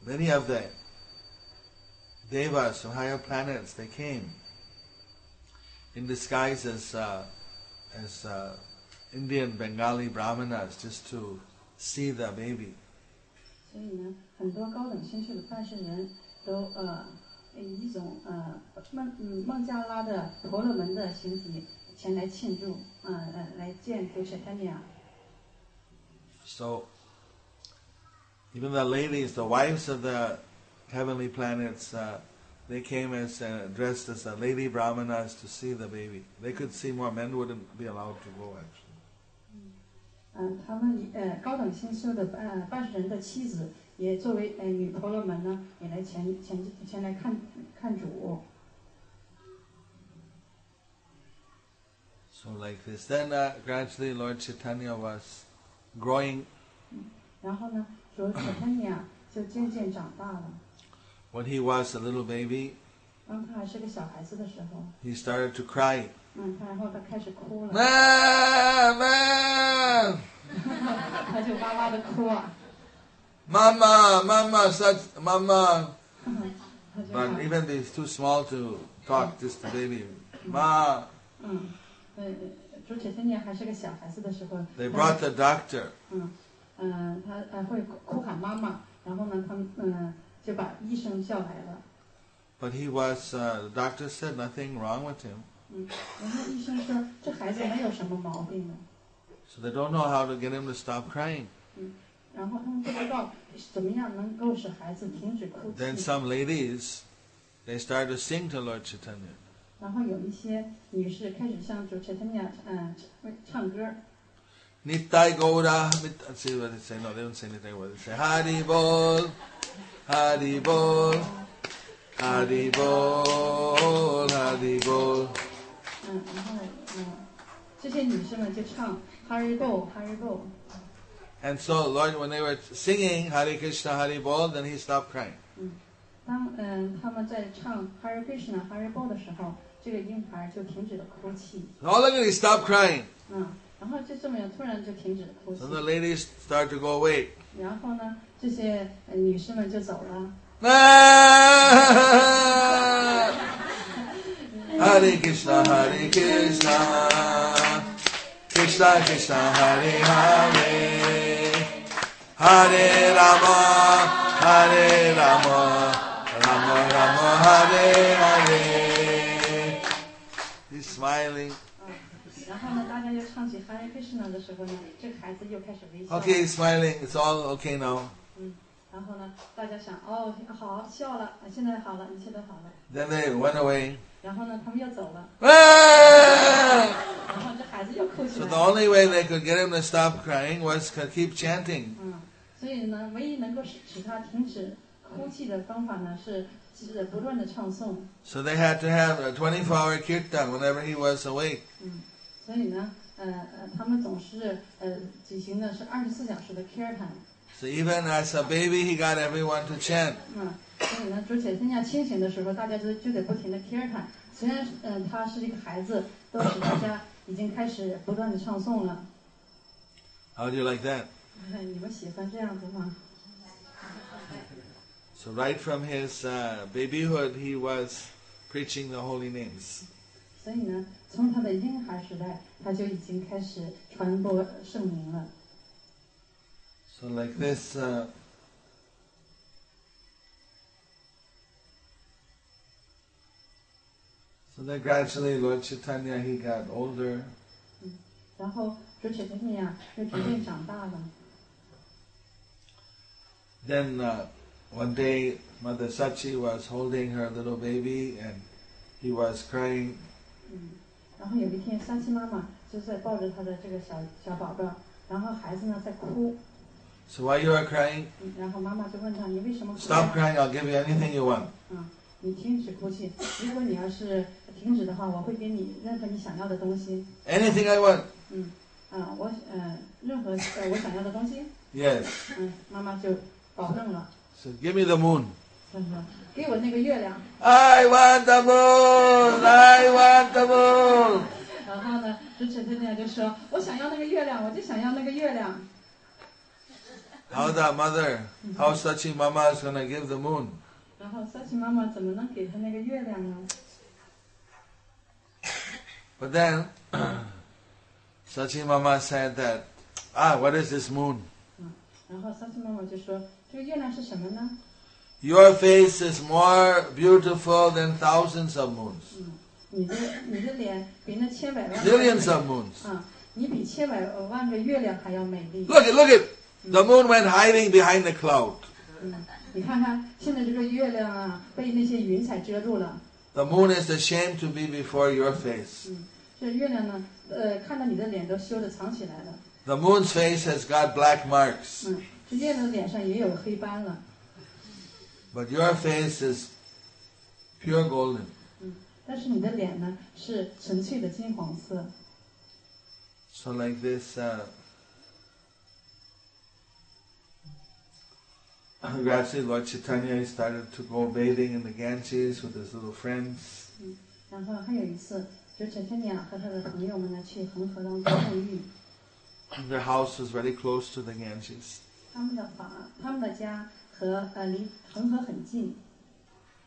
Speaker 2: many of the devas from higher planets they came in disguise as uh, as uh, Indian Bengali brahmanas just to see the baby.
Speaker 3: 所以呢，很多高等星区的办事人都呃以一种呃孟嗯孟加拉的婆罗门的形体前来庆祝，呃呃来见杜舍泰尼亚。
Speaker 2: So, even the ladies, the wives of the heavenly planets, uh, they came as uh, dressed as uh, lady brahmanas to see the baby. They could see more men wouldn't be allowed to go actually.
Speaker 3: 嗯、他们以呃高等星宿的呃办事人的妻子也作为呃女婆罗门呢，也来前前前来看看主。
Speaker 2: So like this. Then uh, gradually Lord Chaitanya was growing.
Speaker 3: 然后呢，说舍泰尼亚就渐渐长大了。
Speaker 2: When he was a little baby,
Speaker 3: 当他还是个小孩子的时候，
Speaker 2: he started to cry.
Speaker 3: 嗯，他然后他开始哭了，
Speaker 2: Mama,
Speaker 3: 他就哇哇的哭啊，
Speaker 2: mama, mama, such mama.
Speaker 3: 他就喊
Speaker 2: But even he's too small to talk, just the baby. Ma.
Speaker 3: 嗯，呃，朱铁森年还是个小孩子的时候，
Speaker 2: They
Speaker 3: 他
Speaker 2: brought the doctor.
Speaker 3: 嗯嗯、他呃会哭喊妈妈，然后呢，他们嗯、就把医生叫来了，
Speaker 2: But he was, uh, the doctor said nothing wrong with him.
Speaker 3: 然后医生说这孩子没有什么毛病的，
Speaker 2: So they don't know how to get him to stop crying.
Speaker 3: 然后他们不知道怎么样能够使孩子停止哭
Speaker 2: Then
Speaker 3: 泣。
Speaker 2: some ladies, they start to sing to Lord Chaitanya.
Speaker 3: 然后有一些女士开始向主持他们俩嗯为唱歌，
Speaker 2: Nitai Gaura, Mit- let's see what they say. No, they don't say anything. What they say? Hari Bol, Hari Bol, Hari Bol, Hari Bol.
Speaker 3: 嗯，然后嗯这些女士们就唱 Hurry Go Hurry Go，
Speaker 2: And so Lord, when they were singing Hare Krishna, Hare Bol, then he stopped crying.
Speaker 3: 当嗯他们在唱 Hurry Krishna Hurry Go 的时候，这个婴孩就停止了哭泣，
Speaker 2: Oh, look at he stopped crying.
Speaker 3: 嗯，然后就这么样突然就停止了哭泣
Speaker 2: And，the ladies start to go away.
Speaker 3: 然后呢这些呃女士们就走了，
Speaker 2: Hare Krishna, Hare Krishna, Krishna Krishna, Hare Hare, Hare Rama, Hare Rama, Rama Rama, Hare Hare. He's smiling.
Speaker 3: 然后呢大家又唱起 Hurry Krishna 的时候呢，这个孩子又开始微笑。
Speaker 2: Okay, he's smiling. It's all okay now.
Speaker 3: 然后呢，大家想，哦，好笑了，现在好了，一切都好了。
Speaker 2: Then they went away.
Speaker 3: 然后呢，他们又走了，
Speaker 2: Ah!
Speaker 3: 然后这孩子又哭起
Speaker 2: So
Speaker 3: 来
Speaker 2: the
Speaker 3: 了。
Speaker 2: only way they could get him to stop crying was to keep chanting.
Speaker 3: 嗯，所以呢，唯一能够使使他停止哭泣的方法呢，是是不断的唱诵。
Speaker 2: So they had to have a 24 hour kirtan whenever he was awake.
Speaker 3: 所以呢，呃呃，他们总是呃举行的是二十四小时的 kirtan。
Speaker 2: So even as a baby, he got everyone to chant.
Speaker 3: 嗯，所以呢，主且现在清醒的时候，大家就就得不停的 kirtan。虽然呃他是一个孩子，都使大家已经开始不断的唱诵了。
Speaker 2: How do you like that?
Speaker 3: 哎你们喜欢这样子吗？
Speaker 2: So right from his uh, babyhood, he was preaching the holy names.
Speaker 3: 所以呢，从他的婴孩时代，他就已经开始传播圣名了。
Speaker 2: So like this. Uh, so then gradually, Lord Chaitanya, he got older.
Speaker 3: 然后主且他们呀，就啊逐渐长大了。
Speaker 2: Then uh, one day, Mother Sachi was holding her little baby and he was crying.
Speaker 3: 然后有一天，三七妈妈就在抱着她的这个小小宝宝，然后孩子呢在哭，
Speaker 2: So while you are crying,
Speaker 3: 嗯然后妈妈就问他：“你为什么哭
Speaker 2: stop
Speaker 3: 啊
Speaker 2: crying, I'll give you anything you want.？”
Speaker 3: 你停止哭泣。如果你要是停止的话，我会给你任何你想要的东西。
Speaker 2: Anything I want.
Speaker 3: 啊，我呃，任何呃我想要的东西，
Speaker 2: Yes.
Speaker 3: 嗯，妈妈就保证了，
Speaker 2: So give me the moon.
Speaker 3: 她说：“给我那个月亮。”
Speaker 2: I want the moon! I want the moon!
Speaker 3: 然后呢，主持人啊呢就说：“我想要那个月亮，我就想要那个月亮。
Speaker 2: How the mother, how Sachi Mama is going to give the moon? ”
Speaker 3: 然后三喜妈妈怎么能给他那个月亮呢？
Speaker 2: But then, Sachi Mama said that, ah, what is this moon?
Speaker 3: 然后三喜妈妈就说：“这个月亮是什么呢？
Speaker 2: Your face is more beautiful than thousands of moons,
Speaker 3: 你的你的脸比那千百万
Speaker 2: millions of moons.
Speaker 3: 啊，你比千百万个月亮还要美丽。
Speaker 2: Look it, look it! The moon went hiding behind the cloud.
Speaker 3: 嗯，你看看现在这个月亮啊，被那些云彩遮住了。
Speaker 2: The moon is ashamed to be before your face.
Speaker 3: 这月亮呢，呃，看到你的脸都羞得藏起来了。
Speaker 2: The moon's face has got black marks,
Speaker 3: 嗯，这月亮的脸上也有黑斑了，
Speaker 2: but your face is pure golden.
Speaker 3: 但是你的脸呢是纯粹的金黄色。”
Speaker 2: So, like this, uh, gradually Lord Chaitanya started to go bathing in the Ganges with his little friends.
Speaker 3: 然后还有一次，就陈春鸟和他的朋友们呢去恒河当中沐浴，
Speaker 2: Their house was very close to the Ganges.
Speaker 3: 他们的房、他们的家和呃离恒河很近。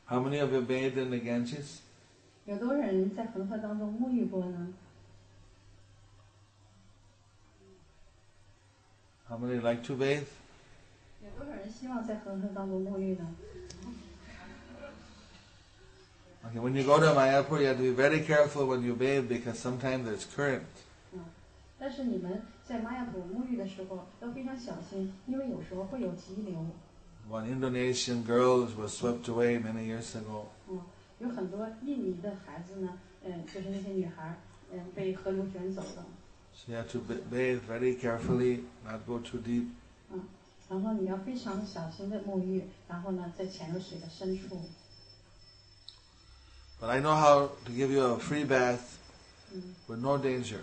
Speaker 2: How many of you bathed in the Ganges?
Speaker 3: 有多少人在恒河当中沐浴过呢？
Speaker 2: How many like to bathe?
Speaker 3: 有多少人希望在恒河当中沐浴呢？
Speaker 2: Okay, when you go to Mayapur, you have to be very careful when you bathe because sometimes there's current.
Speaker 3: 但是你们在玛雅普沐浴的时候要非常小心，因为有时候会有急流。
Speaker 2: One Indonesian girl was swept away many years ago.
Speaker 3: 嗯，有很多印尼的孩子呢，嗯，就是那些女孩儿，嗯，被河流卷走了。
Speaker 2: She had to ba- bathe very carefully, not go too deep.
Speaker 3: 然后你要非常小心的沐浴，然后呢再潜入水的深处。
Speaker 2: But I know how to give you a free bath
Speaker 3: 嗯，
Speaker 2: with no danger.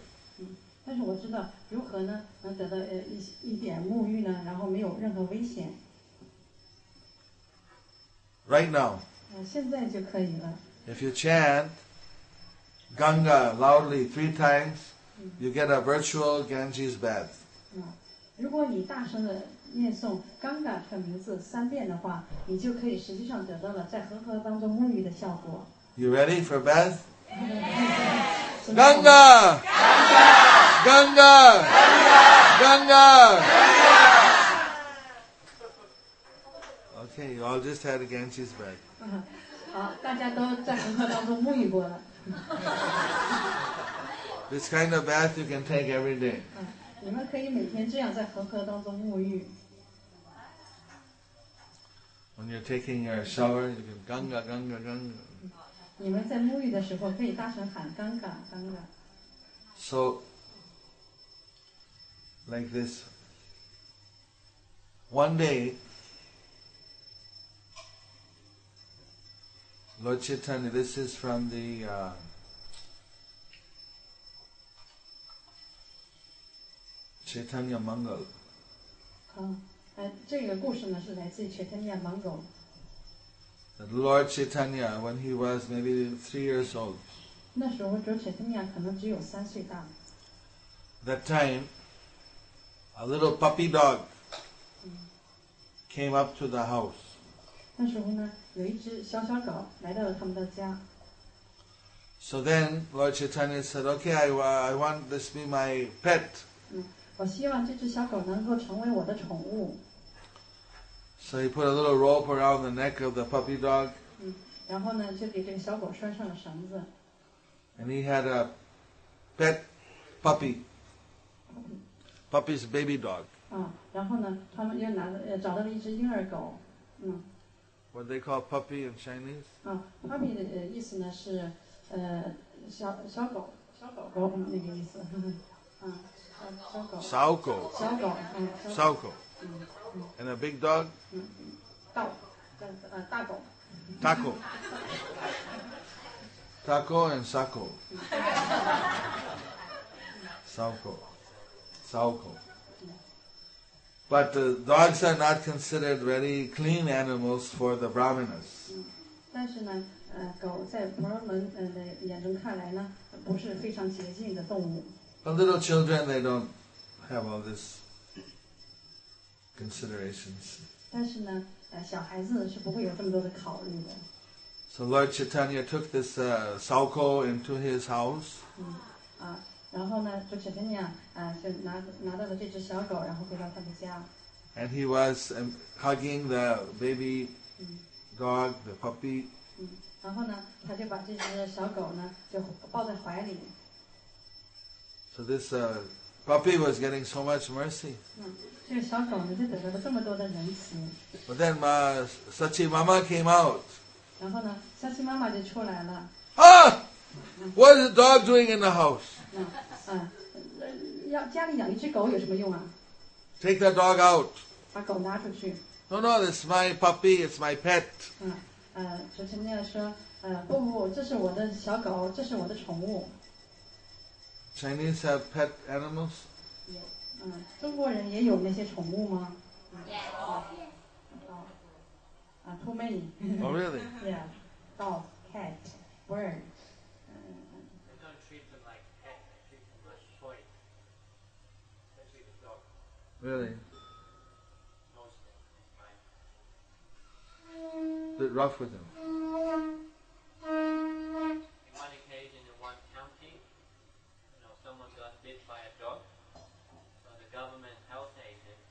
Speaker 3: 但是我知道如何呢能得到呃一些一点沐浴呢，然后没有任何危险。
Speaker 2: Right now,
Speaker 3: 呃，现在就可以了。
Speaker 2: if you chant Ganga loudly three times, you get a virtual Ganges bath.
Speaker 3: 啊，如果你大声的念诵“刚嘎”这个名字三遍的话，你就可以实际上得到了在恒河当中沐浴的效果。
Speaker 2: You ready for bath?
Speaker 3: 所以
Speaker 2: Ganga! Ganga! Ganga! Okay, you all just had a Ganges bath.
Speaker 3: 啊 好，大家都在恒河当中沐浴过了。
Speaker 2: This kind of bath you can take every day.
Speaker 3: 啊，你们可以每天这样在恒河当中沐浴。
Speaker 2: When you're taking your shower, you can Ganga, Ganga, Ganga.
Speaker 3: 你们在沐浴的时候可以大声喊“刚嘎，刚嘎
Speaker 2: So, like this. One day, Lord Chaitanya, this is from the uh, Chaitanya Mangal. ”。
Speaker 3: 好，呃，这个故事呢是来自于全天念芒狗。
Speaker 2: That Lord Chaitanya, when he was maybe three years old,
Speaker 3: 那时候哲全天念可能只有三岁大，
Speaker 2: that time, a little puppy dog came up to the house.
Speaker 3: 那时候呢有一只小小狗来到了他们的家。
Speaker 2: So then Lord Chaitanya said, okay, I, wa- I want this to be my pet.
Speaker 3: 我希望这只小狗能够成为我的宠物。
Speaker 2: So he put a little rope around the neck of the puppy dog
Speaker 3: 然后呢，就给这个小狗拴上了绳子。
Speaker 2: and he had a pet puppy. Puppy's baby dog.
Speaker 3: 啊，然后呢，他们又拿了呃找到了一只婴儿狗，嗯，
Speaker 2: What they call puppy in Chinese.
Speaker 3: 啊，puppy 的呃意思呢是呃小小狗小狗狗嗯那个意思， 啊小小狗
Speaker 2: Sauko.
Speaker 3: 小狗嗯小
Speaker 2: Sauko. And a big dog,
Speaker 3: 大叫呃大狗
Speaker 2: Taco. Taco and Sako. Sauko. Sauko. But uh, dogs are not considered very clean animals for the brahmanas.
Speaker 3: 但是呢呃狗在婆罗门呃的眼中看来呢不是非常洁净的动物，
Speaker 2: But little children, they don't have all this considerations.
Speaker 3: 但是呢呃小孩子是不会有这么多的考虑的。
Speaker 2: So Lord Chaitanya took this uh, Sauko into his house
Speaker 3: 啊，然后呢，就雪芬尼啊，啊，就拿拿到了这只小狗，然后回到他的家，
Speaker 2: and he was um, hugging the baby dog, the puppy,
Speaker 3: 然后呢，他就把这只小狗呢就抱在怀里，
Speaker 2: So this uh, puppy was getting so much mercy.
Speaker 3: 这个小狗呢就得到了这么多的仁慈，
Speaker 2: But then Ma, Sachi Mama came out.
Speaker 3: 然后呢，小七妈妈就出来了，
Speaker 2: Ah! What is the dog doing in the house?
Speaker 3: 嗯嗯，呃要家里养一只狗有什么用啊？
Speaker 2: Take that dog out.
Speaker 3: 把狗拿出去，
Speaker 2: No, no, it's my puppy, it's my pet.
Speaker 3: 嗯呃，主持人说，呃，不不，这是我的小狗，这是我的宠物，
Speaker 2: Chinese have pet animals.
Speaker 3: 嗯，中国人也有那些宠物吗？好，啊，too many。
Speaker 2: Oh, really?
Speaker 3: Yeah, dog, cat, bird.
Speaker 4: They don't treat them like pets, they treat them like toys. Especially the dog,
Speaker 2: Really?
Speaker 4: knows them, right?
Speaker 2: Bit rough with him.
Speaker 4: In one occasion in one county, you know, someone got bit by a dog. So the government health agents,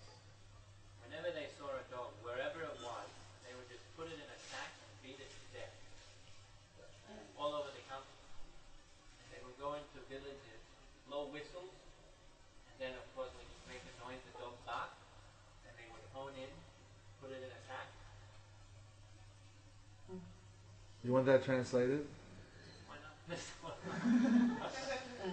Speaker 4: whenever they saw a dog, wherever it was, they would just put it in a sack and beat it to death. All over the country. They would go into villages, blow whistles,
Speaker 2: You want that translated?
Speaker 4: Why not this one?
Speaker 3: 呃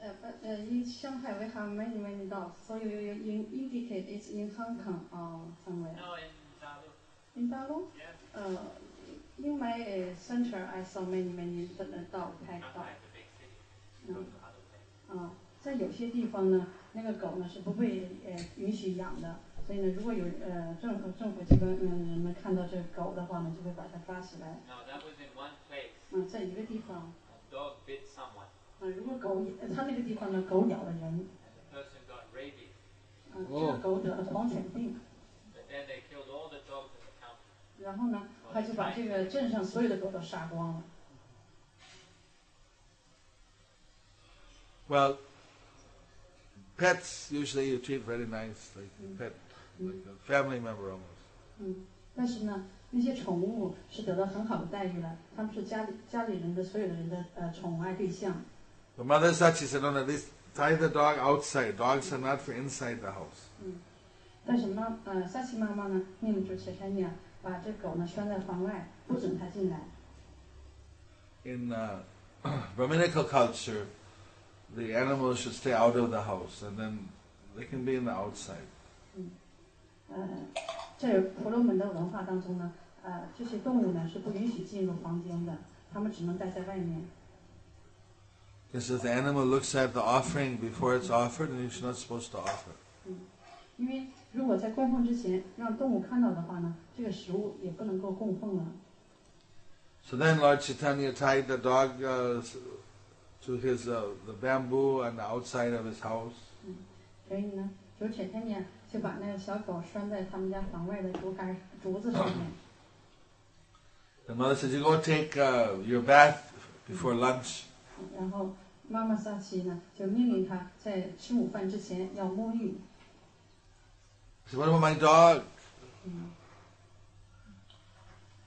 Speaker 3: 呃不呃，in Shanghai we have many many dogs, so you you you indicate it's in Hong Kong or somewhere.
Speaker 4: No, in
Speaker 3: In
Speaker 4: Dalu.
Speaker 3: Dalu,
Speaker 4: Yeah.
Speaker 3: uh, in my uh, center I saw many many d- uh, dog pet dog.
Speaker 4: Shanghai is a big city. You go
Speaker 3: No.
Speaker 4: to other places.
Speaker 3: 啊，在有些地方呢，那个狗呢是不被呃允许养的，所以呢，如果有呃政府政府机关嗯人们看到这个狗的话呢，就会把它抓起来。
Speaker 4: Now that was in one place.
Speaker 3: 嗯，在一个地方，
Speaker 4: A dog bit someone,
Speaker 3: 啊，如果狗呃它那个地方呢，狗咬了人，
Speaker 4: and the person got rabies.
Speaker 3: 啊，这个狗得了狂犬病，
Speaker 4: But then they killed all the dogs in the county.
Speaker 3: 然后呢，他就把这个镇上所有的狗都杀光了。
Speaker 2: Well, pets usually you treat very nice, like a pet, like a family member almost.
Speaker 3: 嗯，但是呢，那些宠物是得到很好的待遇了，他们是家里家里人的所有的人的呃宠爱对象。
Speaker 2: The mother said, she said, no, no, this, tie the dog outside. Dogs are not for inside the house.
Speaker 3: 但是妈呃，萨奇妈妈呢命住切山尼亚，把这狗呢拴在房外，不准它进来。
Speaker 2: In uh, Brahminical culture, the animals should stay out of the house and then they can be in the outside.
Speaker 3: 呃，在婆罗门的文化当中呢，呃，这些动物呢是不允许进入房间的，它们只能待在外面。
Speaker 2: Because if the animal looks at the offering before it's offered, then it's not supposed to offer.
Speaker 3: 因为如果在供奉之前让动物看到的话呢，这个食物也不能够供奉了。
Speaker 2: So then Lord Chaitanya tied the dog uh, s- to his uh, the bamboo on the outside of his house.
Speaker 3: 所以呢，九铁天呢就把那个小狗拴在他们家房外的竹竿竹子上面。
Speaker 2: The mother said, "You go take uh, your bath before lunch."
Speaker 3: 然后妈妈萨奇呢就命令他在吃午饭之前要沐浴。
Speaker 2: He said, "What about my dog?
Speaker 3: Mm.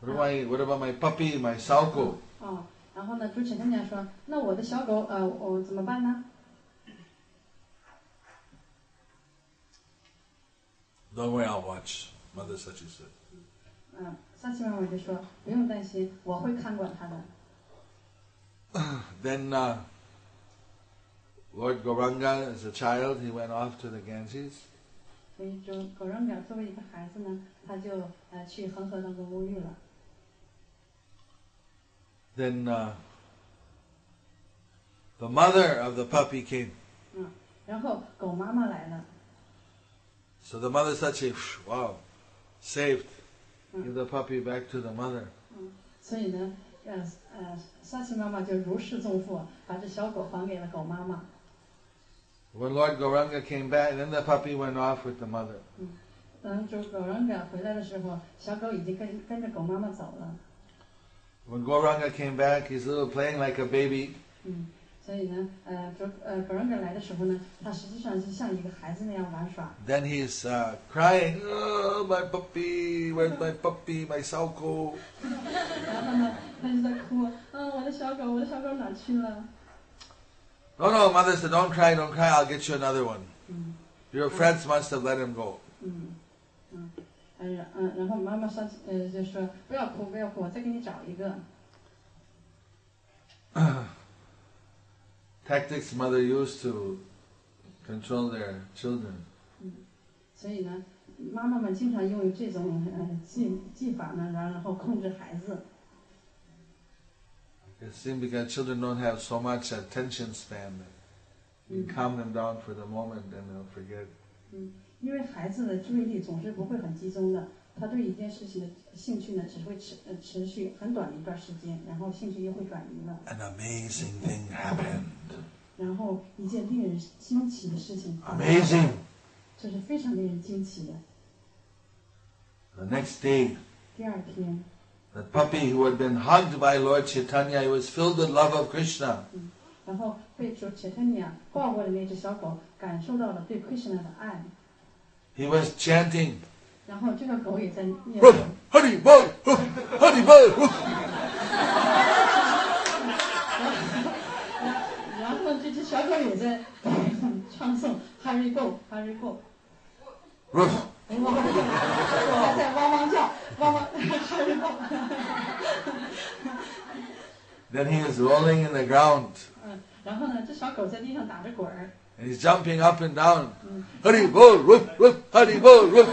Speaker 2: What about my what about my puppy, my salko?"
Speaker 3: 哦，然后呢，朱晨娘说：“那我的小狗，呃，我怎么办呢
Speaker 2: Don't worry, I'll watch. Mother said, "She said."
Speaker 3: 嗯、萨奇妈妈就说：“不用担心，我会看管它的。
Speaker 2: Then uh, Lord Gauranga, as a child, he went off to the Ganges. ”
Speaker 3: 所以，就狗扔表作为一个孩子呢，他就呃去恒河当中沐浴了。
Speaker 2: Then uh, the mother of the puppy came.
Speaker 3: 然后狗妈妈来了，
Speaker 2: So the mother said, she, "Phew, wow, saved. Give the puppy back to the mother.
Speaker 3: 所以呢，呃呃，萨奇妈妈就如释重负，把这小狗还给了狗妈妈。
Speaker 2: When Lord Gauranga came back, then the puppy went off with the mother.
Speaker 3: 等嗯就狗扔表回来的时候，小狗已经跟跟着狗妈妈走了。
Speaker 2: When Gauranga came back, he's little playing like a baby.
Speaker 3: 嗯，所以呢，呃，狗呃狗扔表来的时候呢，它实际上是像一个孩子那样玩耍。
Speaker 2: Then he's uh, crying, oh, my puppy, where's my puppy, my Sauko?
Speaker 3: 然后呢，他就在哭，嗯，我的小狗，我的小狗哪去了？
Speaker 2: No, no, mother said, don't cry, don't cry, I'll get you another one.
Speaker 3: Mm.
Speaker 2: Your friends must have let him go.
Speaker 3: 嗯，嗯，哎呀，嗯，然后妈妈上去呃就说不要哭，不要哭，我再给你找一个。
Speaker 2: Tactics mother used to control their children.
Speaker 3: 所以呢，妈妈们经常用这种呃技技法呢，然后控制孩子。
Speaker 2: It seems because children don't have so much attention span. that You calm them down for the moment and they'll forget.
Speaker 3: 因为孩子的注意力总是不会很集中的，他对一件事情的兴趣呢，只会持呃持续很短的一段时间，然后兴趣又会转移了，
Speaker 2: An amazing thing happened.
Speaker 3: 然后一件令人惊奇的事情发生，
Speaker 2: Amazing!
Speaker 3: 这是非常令人惊奇的。
Speaker 2: The next day,
Speaker 3: 第二天，
Speaker 2: the puppy who had been hugged by Lord Chaitanya, he was filled with love of Krishna.
Speaker 3: 然后被主切特尼亚抱过的那只小狗感受到了对 Krishna 的爱，
Speaker 2: He was chanting,
Speaker 3: 然后这个狗也在念
Speaker 2: Rup, Hari Bol, Rup, Hari Bol, Rup.
Speaker 3: 然后这只小狗也在 唱诵 Hurry Go Hurry Go，
Speaker 2: Rup.
Speaker 3: 哎我还在汪汪叫，汪汪 Hurry Go。
Speaker 2: Then he is rolling in the ground
Speaker 3: 嗯，然后呢，这小狗在地上打着滚儿，
Speaker 2: and he's jumping up and down. Hari bol, whoop, whoop, hari bol, whoop.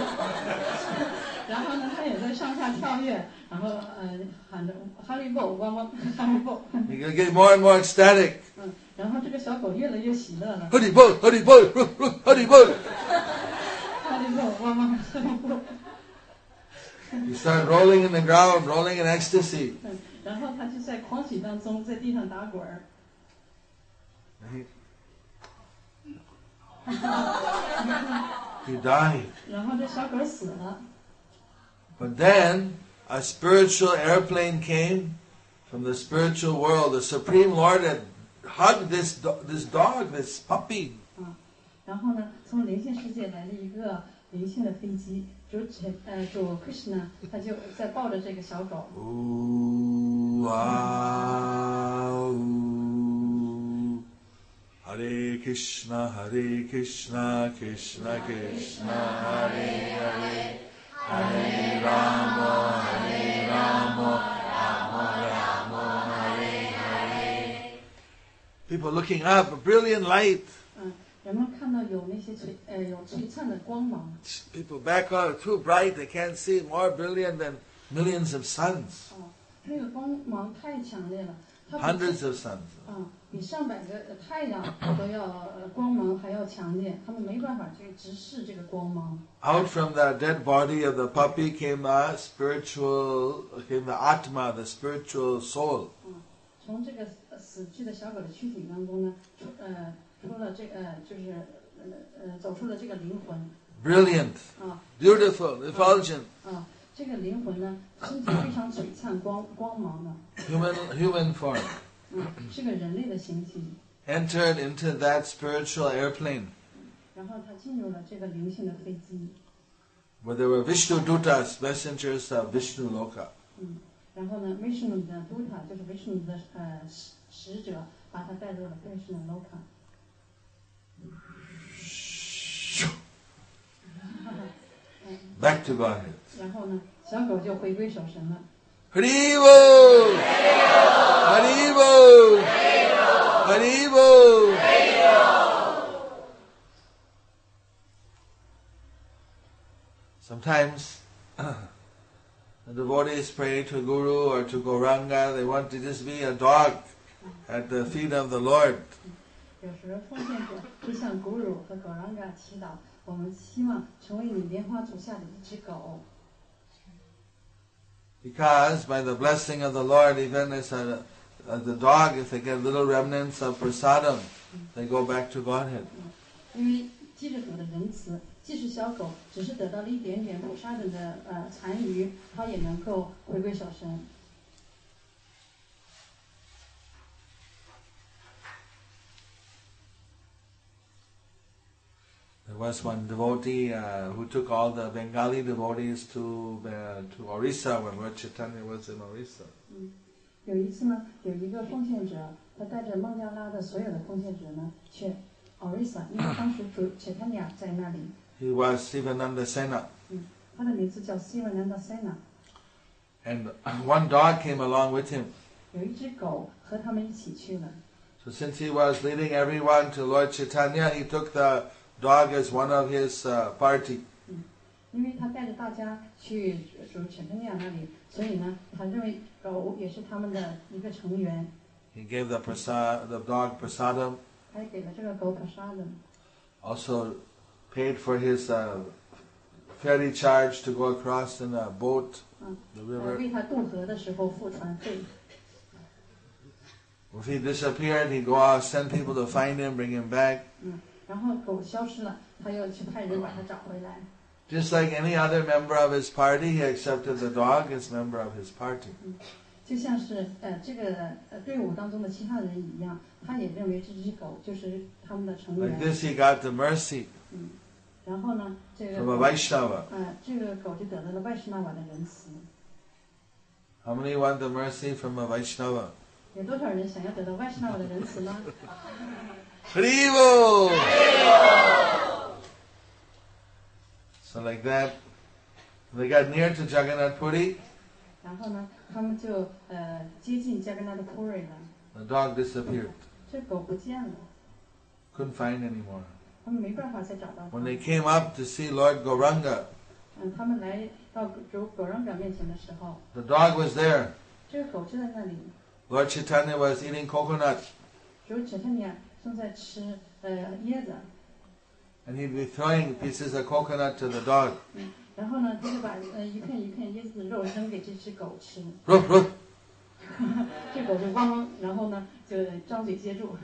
Speaker 3: 然后呢，它也在上下跳跃，然后呃喊着哈利波，汪汪哈利波，
Speaker 2: He will get more and more ecstatic.
Speaker 3: 嗯，然后这个小狗越来越喜乐了，
Speaker 2: Hari bol, hari bol, whoop, whoop, hari bol.
Speaker 3: 哈利波，汪汪哈利波，
Speaker 2: He started rolling in the ground, rolling in ecstasy.
Speaker 3: 嗯，然后它就在狂喜当中在地上打滚儿，
Speaker 2: He- he died.
Speaker 3: 然后这小狗死了。
Speaker 2: But then a spiritual airplane came from the spiritual world. The Supreme Lord had hugged this do- this dog, this puppy,
Speaker 3: 然后呢，从灵性世界来了一个灵性的飞机，主指呃主 Krishna 他就在抱着这个小狗，
Speaker 2: Ooh, ah, ooh. Hare Krishna, Hare Krishna, Krishna Krishna, Hare Hare, Hare Rama, Hare Rama, Rama Rama, Hare Hare. People looking up, a brilliant light.
Speaker 3: 嗯，人们看到有那些璀呃有璀璨的光芒，
Speaker 2: People back out, too bright, they can't see, more brilliant than millions of suns,
Speaker 3: 哦，那个光芒太强烈了，它比
Speaker 2: hundreds of suns.
Speaker 3: 啊比上百个呃太阳都要呃光芒还要强烈，他们没办法去直视这个光芒。
Speaker 2: Out from the dead body of the puppy came the spiritual, came the Atma, the spiritual soul.
Speaker 3: 从这个呃死去的小狗的躯体当中呢，出呃出了这个、呃、就是呃呃走出了这个灵魂
Speaker 2: Brilliant,
Speaker 3: 啊。
Speaker 2: beautiful, effulgent.
Speaker 3: 啊，这个灵魂呢，身体非常璀璨光光芒的，
Speaker 2: Human, human form.
Speaker 3: 嗯，是个人类的形体。
Speaker 2: Entered into that spiritual airplane
Speaker 3: 然后他进入了这个灵性的飞机，
Speaker 2: where there were Vishnu Dutas, messengers of Vishnu Loka.
Speaker 3: 嗯，然后呢，Vishnu 的 Buddha 就是 Vishnu 的呃使使者，把他带入了 Vishnu Loka。
Speaker 2: Back to Godhead.
Speaker 3: 然后呢，小狗就回归守神了。
Speaker 2: Haribo! Haribo! Haribo! Sometimes the devotees pray to Guru or to Gauranga, they want to just be a dog at the feet of the Lord.
Speaker 3: 有时奉献者就像古鲁和狗让嘎祈祷，我们希望成为你莲花足下的一只狗。
Speaker 2: Because by the blessing of the Lord, even as a, as the dog, if they get little remnants of prasadam, they go back to Godhead.
Speaker 3: 因为记着主的仁慈，即使小狗只是得到了一点点捕杀者的呃残余，它也能够回归小神。
Speaker 2: There was one devotee uh, who took all the Bengali devotees to uh, to Orissa when Lord Chaitanya was in Orissa.
Speaker 3: 有一次呢，有一个奉献者，他带着孟加拉的所有的奉献者呢，去 Orissa，因为当时主切坦尼亚在那里，
Speaker 2: He was Sivananda Sena.
Speaker 3: 他的名字叫 Sivananda Sena，
Speaker 2: And one dog came along with him.
Speaker 3: 有一只狗和他们一起去了。
Speaker 2: So since he was leading everyone to Lord Chaitanya, he took the dog as one of his uh, party.
Speaker 3: 因为他带着大家去主切坦尼亚那里，所以呢，他认为狗也是他们的一个成员，
Speaker 2: He gave the prasad, the dog prasadam,
Speaker 3: 还给了这个狗可杀的。
Speaker 2: also paid for his uh, ferry charge to go across in a boat,
Speaker 3: Mm.
Speaker 2: the
Speaker 3: 呃
Speaker 2: river.
Speaker 3: 为他渡河的时候付船费。
Speaker 2: If he disappeared, he'd go out, send people to find him, bring him back.
Speaker 3: 嗯，然后狗消失了，他又去派人把它找回来。
Speaker 2: Just like any other member of his party, he accepted the dog as member of his party.
Speaker 3: 就像是呃这个呃队伍当中的其他人一样，他也认为这只狗就是他们的成
Speaker 2: Like
Speaker 3: 员。
Speaker 2: this, he got the mercy
Speaker 3: 然后呢，这个
Speaker 2: from a Vaishnava.
Speaker 3: 呃这个狗就得到了外士纳瓦的仁慈。
Speaker 2: How many want the mercy from a Vaishnava?
Speaker 3: 有多少人想要得到外士纳瓦的仁慈呢？
Speaker 2: Haribo! So like that, they got near to Jagannath Puri.
Speaker 3: 然后呢，他们就呃接近加格纳的库瑞了，
Speaker 2: The dog disappeared.
Speaker 3: 这狗不见了，
Speaker 2: Couldn't find anymore.
Speaker 3: 他们没办法再找到它
Speaker 2: When。they came up to see Lord Goranga,
Speaker 3: 嗯，他们来到狗狗让表面前的时候，
Speaker 2: the dog was there.
Speaker 3: 这个狗就在那里，
Speaker 2: Lord Chaitanya was eating coconut,
Speaker 3: 主指着面正在吃呃椰子，
Speaker 2: and he'd be throwing pieces of coconut to the dog.
Speaker 3: 然后呢，他就把呃一片一片椰子的肉扔给这只狗吃，
Speaker 2: Ruff, ruff.
Speaker 3: 这狗就汪汪，然后呢就张嘴接住，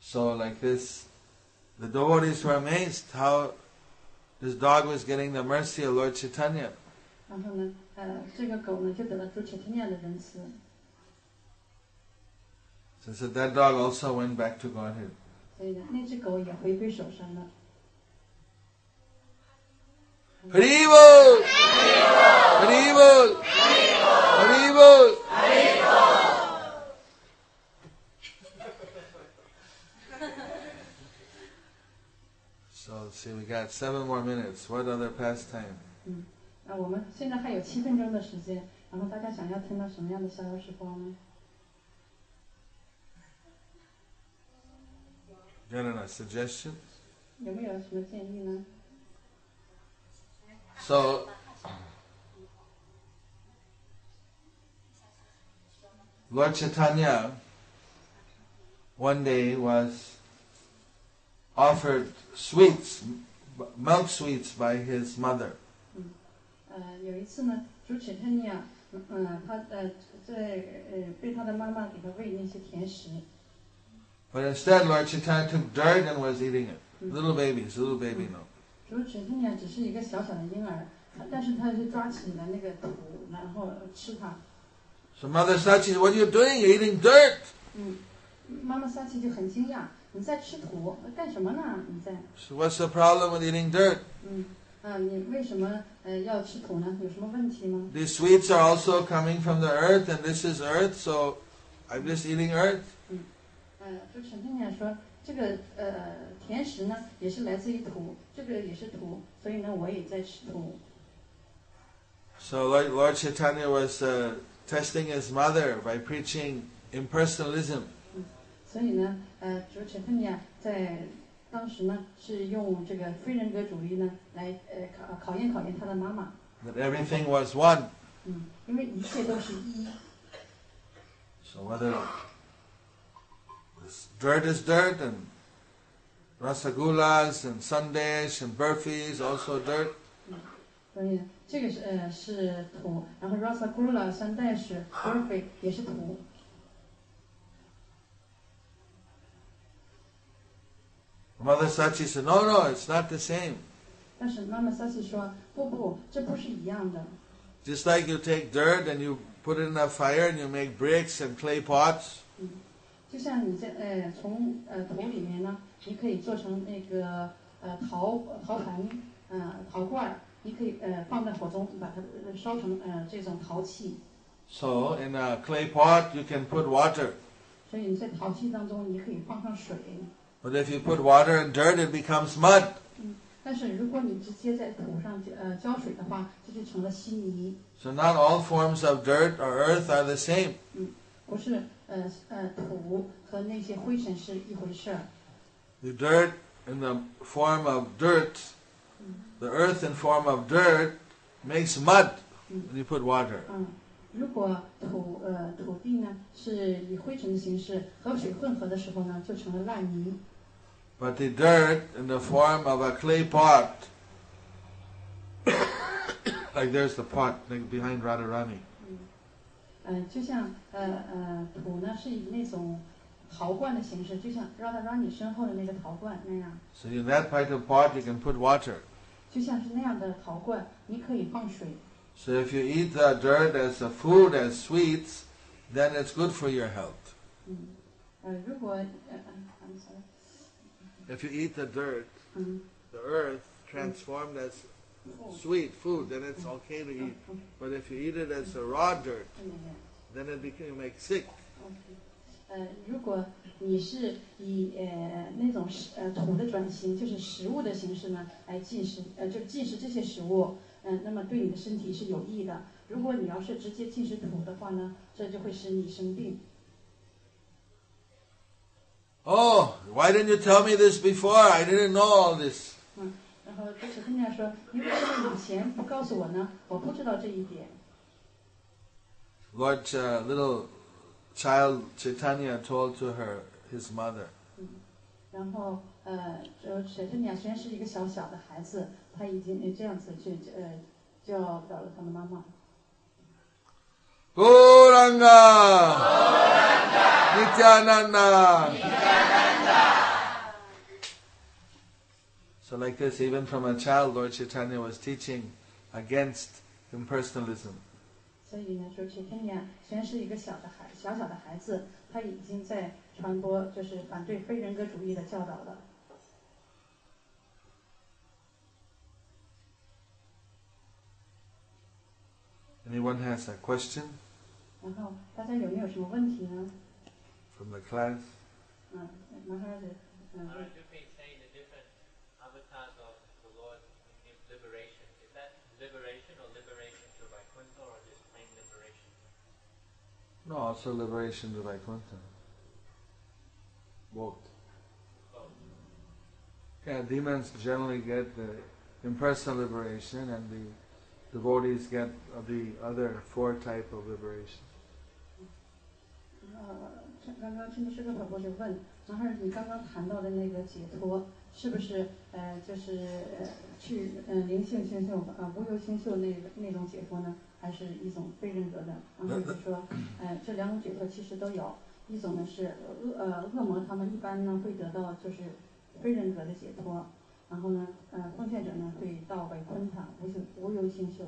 Speaker 2: So, like this, the devotees were amazed how this dog was getting the mercy of Lord Chaitanya.
Speaker 3: 然后呢，呃，这个狗呢就得到主指天念的仁慈，
Speaker 2: So, so that dog also went back to Godhead.
Speaker 3: 所以呢，那只狗也回归手上了。
Speaker 2: Haribol! Haribol! Haribol! So, see, we got seven more minutes. What other pastime?
Speaker 3: 啊，我们现在还有七分钟的时间，然后大家想要听到什么样的逍遥时光呢？
Speaker 2: Janana, suggestion?
Speaker 3: 有没有什么建议呢？
Speaker 2: So, Lord Chaitanya one day was offered sweets, m- milk sweets by his mother.
Speaker 3: 呃，有一次呢，主指天念，嗯、呃，他呃在呃被他的妈妈给他喂那些甜食，
Speaker 2: But instead, Lord Chaitanya took dirt and was eating it. Little babies, little baby no.
Speaker 3: 主指天念只是一个小小的婴儿，他但是他就抓起了那个土，然后吃它。
Speaker 2: So Mother Sachi said, What are you doing? You're eating dirt.
Speaker 3: 嗯，妈妈萨奇就很惊讶，你在吃土干什么呢？你在，
Speaker 2: So what's the problem with eating dirt?
Speaker 3: 嗯，啊、你为什么呃要吃土呢？有什么问题吗？
Speaker 2: These sweets are also coming from the earth, and this is earth, so I'm just eating earth.
Speaker 3: 呃，就陈天念说，这个呃甜食呢也是来自于土，这个也是土，所以呢我也在吃土。
Speaker 2: So Lord, Lord Chaitanya was uh, testing his mother by preaching impersonalism.
Speaker 3: 所以呢，呃，主陈天念在当时呢是用这个非人格主义呢来呃考考验考验他的妈妈，
Speaker 2: That everything was one.
Speaker 3: 嗯，因为一切都是一，
Speaker 2: So whether this dirt is dirt and rasagullas and sundaes and burfis also dirt.
Speaker 3: 所以呢这个是呃是土，然后 rasa gula 山代是 b u r f e 也是土，
Speaker 2: Mother Sachi said, No, no, it's not the same.
Speaker 3: 但是妈妈萨西说不不，这不是一样的。
Speaker 2: Just like you take dirt and you put it in a fire and you make bricks and clay pots.
Speaker 3: 就像你在呃从呃土里面呢，你可以做成那个呃陶陶盆，呃陶罐儿，你可以呃放在火中把它呃烧成呃这种陶器。
Speaker 2: So in a clay pot you can put water.
Speaker 3: 所以你在陶器当中，你可以放上水。
Speaker 2: But if you put water and dirt it becomes mud.
Speaker 3: 但是如果你直接在土上呃浇水的话，这就成了稀泥。
Speaker 2: So not all forms of dirt or earth are the same.
Speaker 3: 不是呃呃土和那些灰尘是一回事儿，
Speaker 2: the dirt in the form of dirt, the earth in form of dirt makes mud when you put water.
Speaker 3: 嗯。如果土呃土地呢是以灰尘的形式和水混合的时候呢，就成了烂泥。
Speaker 2: But the dirt in the form of a clay pot, like there's the pot like behind Radharani.
Speaker 3: 嗯，就像呃呃土呢是以那种陶罐的形式，就像绕到绕你身后的那个陶罐那样，
Speaker 2: So in that part of pot you can put water.
Speaker 3: 就像是那样的陶罐，你可以放水。
Speaker 2: So if you eat the dirt as a food, as sweets, then it's good for your health.
Speaker 3: 嗯，呃，如果呃呃，I'm sorry，
Speaker 2: If you eat the dirt,
Speaker 3: 嗯
Speaker 2: the earth transformed as sweet food, then it's okay to eat. But if you eat it as a raw dirt,
Speaker 3: 嗯，嗯
Speaker 2: then it becomes you make sick.
Speaker 3: OK，呃，如果你是以呃那种食呃土的转型，就是食物的形式呢来进食，呃，就进食这些食物，嗯，那么对你的身体是有益的。如果你要是直接进食土的话呢，这就会使你生病。
Speaker 2: Oh, why didn't you tell me this before? I didn't know all this.
Speaker 3: 嗯，然后但是姑娘说，你为什么以前不告诉我呢？我不知道这一点。
Speaker 2: Lord, uh, little child Chaitanya told to her, his mother,
Speaker 3: 然后呃，就沈振鸟虽然是一个小小的孩子，他已经呃这样子去呃教导了他的妈妈。
Speaker 2: Gauranga! Nityananda! So like this, even from a child, Lord Chaitanya was teaching against impersonalism.
Speaker 3: 所以呢，说沈振鸟虽然是一个小的孩小小的孩子，他已经在传播就是反对非人格主义的教导了。
Speaker 2: Anyone has a question
Speaker 3: 然后大家有没有什么问题呢？
Speaker 2: from the class?
Speaker 3: 嗯，马上就嗯。
Speaker 4: Maharaj Dupree saying the different avatars of the Lord give liberation. Is that liberation or liberation to Vaikuntha or just plain liberation?
Speaker 2: No, also liberation to Vaikuntha. Both.
Speaker 4: Both.
Speaker 2: Yeah, demons generally get the impersonal liberation and the devotees get the other four type of liberation.
Speaker 3: 呃，刚刚听师哥宝宝就问，然后你刚刚谈到的那个解脱，是不是呃，就是呃去嗯、呃灵性清秀啊、无忧清秀那个那种解脱呢，还是一种非人格的？然后就说，呃，这两种解脱其实都有，一种呢是恶呃恶魔他们一般呢会得到就是非人格的解脱，然后呢呃奉献者呢会到为坤塔无忧无忧清秀，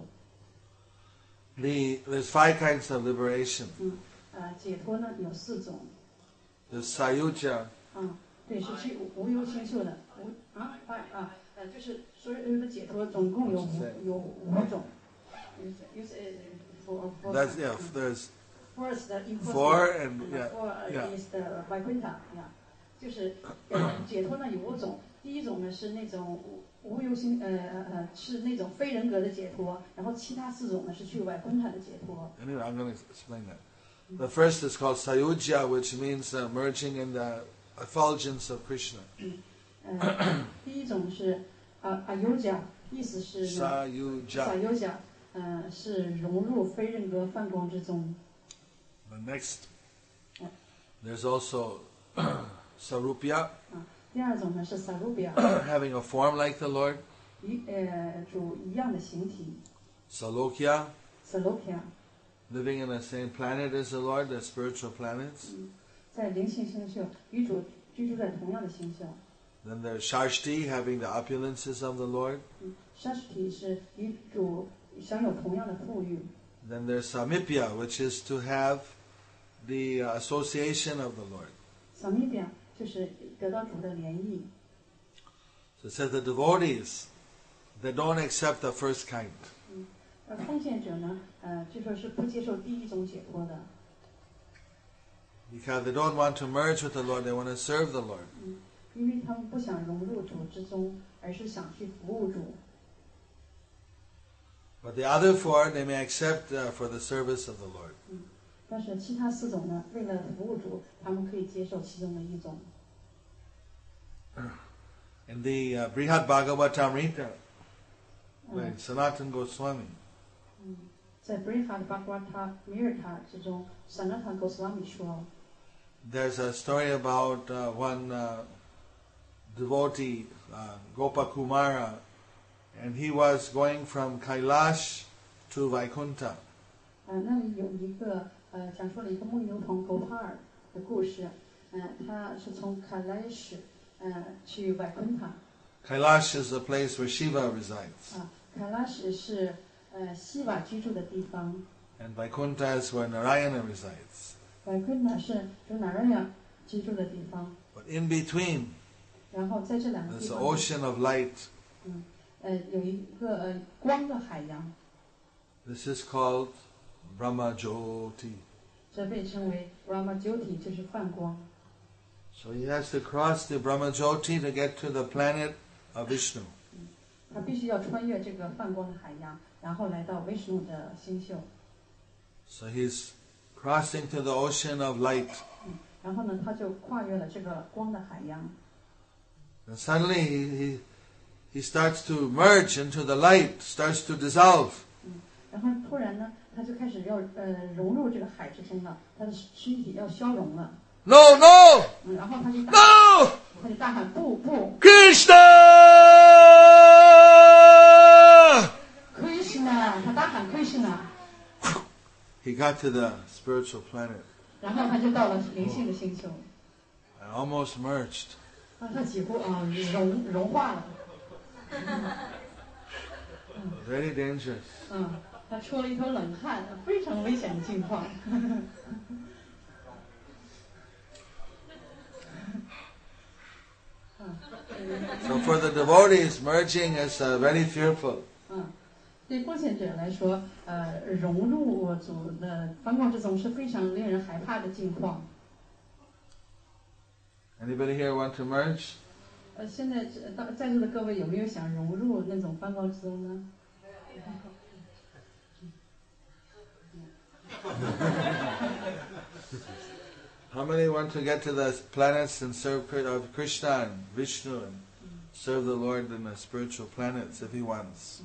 Speaker 2: The, there's five kinds of liberation.
Speaker 3: 呃解脱呢有四种，
Speaker 2: There's sayuja,
Speaker 3: 嗯，对，是去无无忧清秀的无啊啊啊呃，就是所有的解脱总共有
Speaker 2: 是
Speaker 3: 五有五种。You say- you say four- four-
Speaker 2: that's yeah, there's
Speaker 3: Four is the enforcement,
Speaker 2: Four and-
Speaker 3: and
Speaker 2: yeah,
Speaker 3: four
Speaker 2: yeah.
Speaker 3: uh, is the Vaikuntha, yeah. 就是呃解脱呢有五种，第一种呢是那种无无忧心呃呃呃是那种非人格的解脱，然后其他四种呢是去 Vaikuntha 的解脱。
Speaker 2: anyway, I'm going to explain that. The first is called sayuja, which means uh, merging in the effulgence of Krishna.
Speaker 3: 呃，第一种是啊啊优甲，意思是呢
Speaker 2: Sayuja.
Speaker 3: 小优想，呃，是融入非人格泛光之中。
Speaker 2: The next, there's also sarupya,
Speaker 3: 第二种呢是萨鲁比亚，
Speaker 2: having a form like the Lord.
Speaker 3: 一呃主一样的形体
Speaker 2: Salokya,
Speaker 3: 萨鲁比亚，
Speaker 2: living in the same planet as the Lord, the spiritual planets.
Speaker 3: 在灵性星宿与主居住在同样的星宿。
Speaker 2: Then there's Shashti, having the opulences of the Lord.
Speaker 3: 沙什体是与主享有同样的富裕。
Speaker 2: Then there's Samipya, which is to have the uh, association of the Lord.
Speaker 3: 萨米比亚就是得到主的联谊。
Speaker 2: So it says the devotees, they don't accept the first kind.
Speaker 3: 而奉献者呢，呃，据说是不接受第一种解脱的，
Speaker 2: Because they don't want to merge with the Lord, they want to serve the Lord.
Speaker 3: 因为他们不想融入主之中，而是想去服务主。
Speaker 2: But the other four, they may accept uh, for the service of the Lord.
Speaker 3: 但是其他四种呢，为了服务主，他们可以接受其中的一种。
Speaker 2: In the uh, Brihad Bhagavatamrita, by
Speaker 3: 嗯，
Speaker 2: Sanatan Goswami,
Speaker 3: 在 Brihad Bhagavata Mirata 之中，Sanatana Goswami 说，
Speaker 2: there's a story about uh, one uh, devotee, uh, Gopakumara, and he was going from Kailash to Vaikuntha.
Speaker 3: 呃，那里有一个呃，讲述了一个牧牛童 Gopal 的故事，呃，他是从 Kailash 呃去 v a i k u n t a
Speaker 2: Kailash is the place where Shiva resides,
Speaker 3: 啊，Kailash 是呃西瓦居住的地方
Speaker 2: and Vaikuntha is where Narayana resides.
Speaker 3: v a i k u n t a 是主 Narayana 居住的地方，
Speaker 2: But in between,
Speaker 3: 然后在这两个地
Speaker 2: there's an
Speaker 3: 方，
Speaker 2: ocean of light.
Speaker 3: 呃，有一个呃光的海洋，
Speaker 2: This is called Brahma Jyoti.
Speaker 3: 这被称为 Rama Jyoti，就是泛光。
Speaker 2: So he has to cross the Brahma Jyoti to get to the planet of Vishnu.
Speaker 3: 他必须要穿越这个泛光的海洋，然后来到维什努的星宿。
Speaker 2: So he's crossing to the ocean of light.
Speaker 3: 然后呢，他就跨越了这个光的海洋，
Speaker 2: And suddenly he, he, he starts to merge into the light, starts to dissolve.
Speaker 3: 然后突然呢，他就开始要呃融入这个海之中了，他的躯体要消融了，
Speaker 2: No, no,
Speaker 3: 嗯，然后他就大
Speaker 2: no!
Speaker 3: 他就大喊不不
Speaker 2: Krishna!
Speaker 3: Krishna，他大喊 Krishna，
Speaker 2: He got to the spiritual planet
Speaker 3: 然后他就到了灵性的星球，
Speaker 2: and almost merged.
Speaker 3: 啊，他几乎啊、融融化了，
Speaker 2: Very dangerous.
Speaker 3: 嗯，他出了一头冷汗，非常危险的境况。
Speaker 2: So for the devotees, merging is uh, very fearful.
Speaker 3: 嗯，对贡献者来说，呃，融入我组的方光之中是非常令人害怕的境况。
Speaker 2: Anybody here want to merge?
Speaker 3: 呃，现在呃到在座的各位有没有想融入那种方光之中呢？
Speaker 2: How many want to get to the planets and serve Kri- of Krishna and Vishnu and serve the Lord in the spiritual planets if he wants?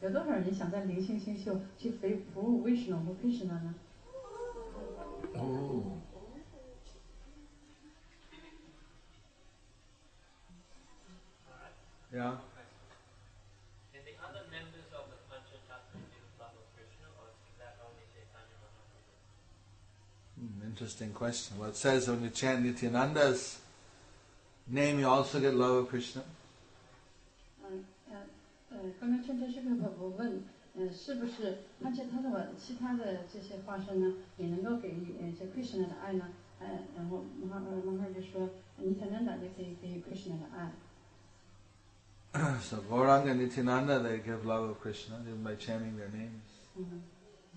Speaker 3: 有多少人想在灵性星宿去服服务 Vishnu 和 Krishna 呢？
Speaker 2: Yeah?
Speaker 4: Did the other members of the Panchatattva do the love of Krishna, or is that only Chaitanya Mahaprabhu?
Speaker 2: Hmm, Interesting question. Well, it says when you chant Nityananda's name, you also get love of Krishna.
Speaker 3: 嗯呃呃，刚刚春天是不是我问，呃，是不是那些他的我其他的这些花生呢，也能够给予呃这 Krishna 的爱呢？呃，然后马哈呃马哈就说，你才能打就可以给予 Krishna 的爱。
Speaker 2: so Gauranga and Nityananda, they give love of Krishna even by chanting their names.
Speaker 3: 嗯，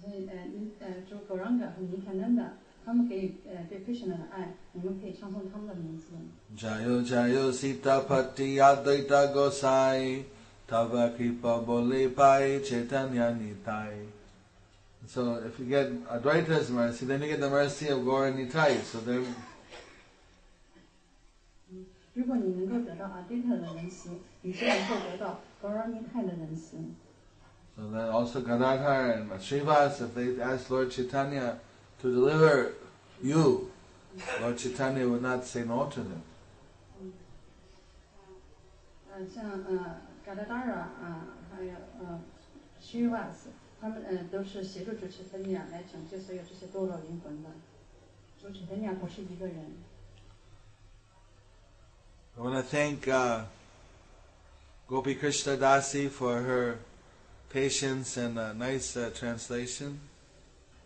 Speaker 3: 所以呃你呃就 Goranga 和 Nikananda 他们给予呃对 Krishna 的爱，你们可以唱诵他们的名字。
Speaker 2: Jayo Jayo Sita Patti Advaita Gosai Tava Kripa Bole Pai Chaitanya Nitai So if you get Advaita's mercy, then you get the mercy of Gaur and Nitai. So they're
Speaker 3: 如果你能够得到 Adita 的仁慈，你就能够得到 Goranga 的仁慈。
Speaker 2: So then also Gadadhar and Srivas, if they ask Lord Chaitanya to deliver you, Lord Chaitanya would not say no to them.
Speaker 3: 呃，像呃 g a d a d a r a 啊、还有呃 Shivas，他们呃都是协助主持芬尼亚来拯救所有这些堕落灵魂的。主持芬尼亚不是一个人。
Speaker 2: I want to thank uh, Gopi Krishna Dasi for her patience and uh, nice uh, translation.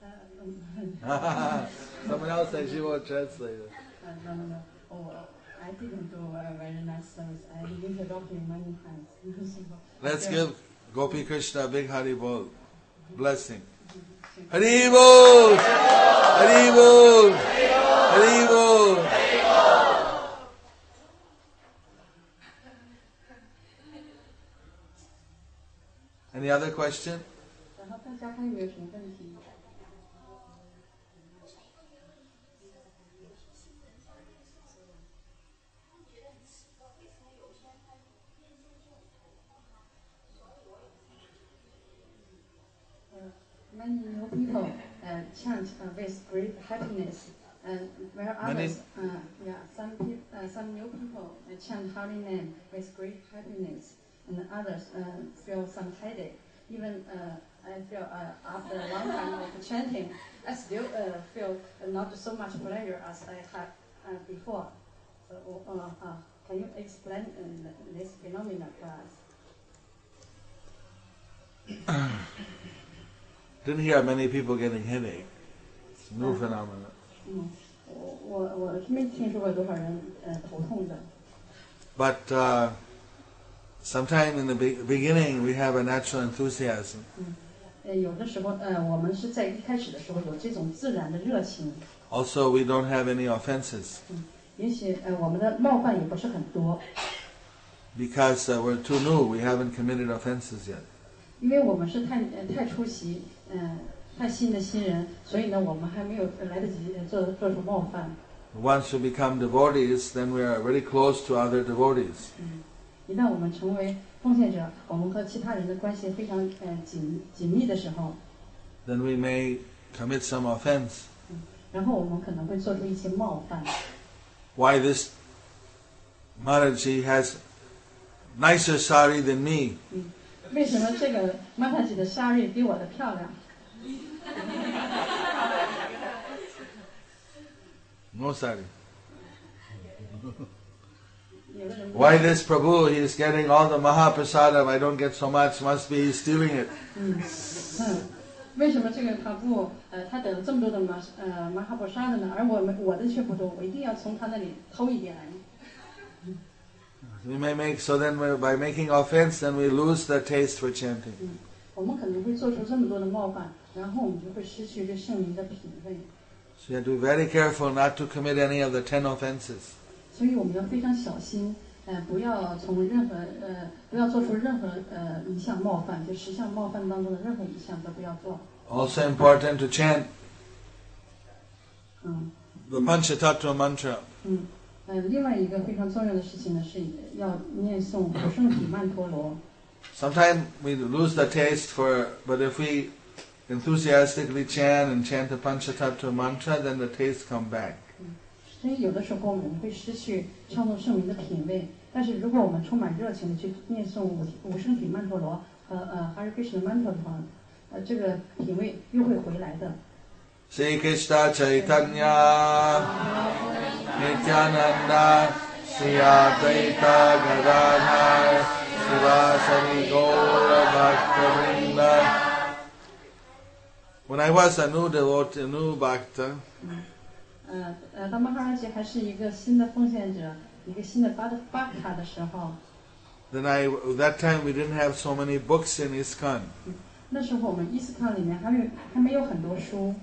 Speaker 3: 呃，嗯，
Speaker 2: Someone else actually won't translate it.
Speaker 3: 呃，no no no，我 I didn't do a very nice service. I interrupted many times.
Speaker 2: Let's give Gopi Krishna a big Hari Bol. Blessing.
Speaker 3: Thank
Speaker 2: Hari Bol! Hari Bol! Hari Bol! Any other question?
Speaker 3: 然后大家还有没有什么问题？Many new people uh, chant uh, with great happiness, and where
Speaker 2: Many-
Speaker 3: others, uh, yeah, some people, uh, some new people uh, chant holy name with great happiness, and others uh, feel some headache. Even uh, I feel uh, after a long time of chanting, I still uh, feel not so much pleasure as I had uh, before. So, uh, uh, can you explain uh, this phenomenon for us?
Speaker 2: Didn't hear many people getting headache. It's a new phenomenon.
Speaker 3: 嗯，我我我是没听说过多少人呃头痛的。
Speaker 2: But uh, sometime in the be- beginning, we have a natural enthusiasm.
Speaker 3: 呃，有的时候，呃，我们是在一开始的时候有这种自然的热情，
Speaker 2: Also, we don't have any offenses.
Speaker 3: 也许呃我们的冒犯也不是很多，
Speaker 2: because uh, we're too new. We haven't committed offenses yet.
Speaker 3: 因为我们是太呃太出席，嗯、太新的新人，所以呢，我们还没有来得及呃做做出冒犯。
Speaker 2: Once we become devotees, then we are very close to other devotees.
Speaker 3: 一旦我们成为奉献者，我们和其他人的关系非常呃紧紧密的时候，
Speaker 2: Then we may commit some offense.
Speaker 3: 然后我们可能会做出一些冒犯。
Speaker 2: Why this Maharaji has nicer sari than me?
Speaker 3: 为什么这个 m a t a j 的沙瑞比我的漂亮？
Speaker 2: No sari.
Speaker 3: 有的人
Speaker 2: Why this Prabhu, he is getting all the Mahaprasadam, I don't get so much, must be he's stealing it.
Speaker 3: 嗯，为什么这个他不呃他得了这么多的马呃马哈布沙的呢？而我们我的却不多，我一定要从他那里偷一点来。
Speaker 2: We may make, so then we- by making offense, then we lose the taste for chanting.
Speaker 3: 我们可能会做出这么多的冒犯，然后我们就会失去对圣灵的品味。
Speaker 2: So you have to be very careful not to commit any of the ten offenses.
Speaker 3: 所以我们要非常小心，呃，不要从任何呃不要做出任何呃一项冒犯，就十项冒犯当中的任何一项都不要做。
Speaker 2: Also important to chant
Speaker 3: 嗯
Speaker 2: the Panchatattva mantra.
Speaker 3: 嗯呃，另外一个非常重要的事情呢，是要念诵不胜比曼陀罗。
Speaker 2: Sometimes we lose the taste for, but if we enthusiastically chant and chant the Panchatattva mantra, then the taste come back.
Speaker 3: 所以有的时候我们会失去唱诵圣名的品味，但是如果我们充满热情的去念诵五五圣品曼陀罗和呃哈瑞克什曼陀罗，呃这个品味又会回来的。
Speaker 2: Sri Krishna Chaitanya Nityananda Sri Advaita Gadadhar Sivasani Gaura Bhakta When I was a new devotee, a new bhakta,
Speaker 3: 呃呃，当马哈拉吉还是一个新的奉献者，一个新的巴德巴卡的时候，
Speaker 2: then I, that time we didn't have so many books in ISKCON.
Speaker 3: 那时候我们伊斯康里面还没有还没有很多书，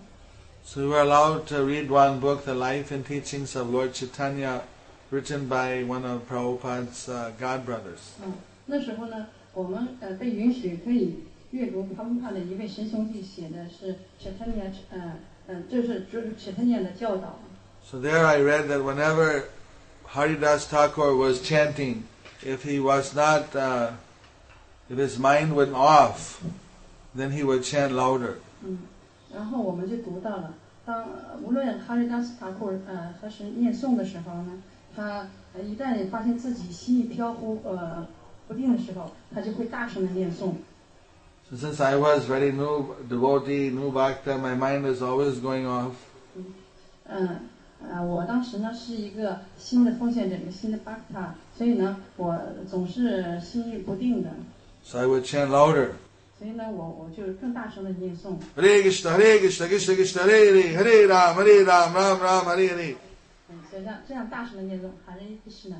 Speaker 2: So we were allowed to read one book, The Life and Teachings of Lord Chaitanya, written by one of Prabhupada's uh, godbrothers.
Speaker 3: 嗯，那时候呢，我们呃被允许可以阅读帕布帕的一位神兄弟写的是《切特尼亚》呃呃，就是就是切特尼亚的教导。
Speaker 2: So there I read that whenever Haridas Thakur was chanting, if he was not, uh, if his mind went off, then he would chant louder.
Speaker 3: 然后我们就读到了，当呃无论哈瑞达斯塔库尔呃和神念诵的时候呢，他呃一旦发现自己心意飘忽呃不定的时候，他就会大声的念诵。
Speaker 2: So since I was very new devotee, new bhakta, my mind was always going off.
Speaker 3: 嗯，呃，我当时呢是一个新的奉献者，一个新的巴塔，所以呢我总是心意不定的，
Speaker 2: So I would chant louder.
Speaker 3: 所以呢我我就更大声的念诵。
Speaker 2: Hare Krishna, Hare Krishna, Krishna Krishna, Hare Hare, Hare Ram, Hare Ram, Ram Ram, Hare Hare.
Speaker 3: 嗯，所以这样这样大声的念诵，还是一是呢。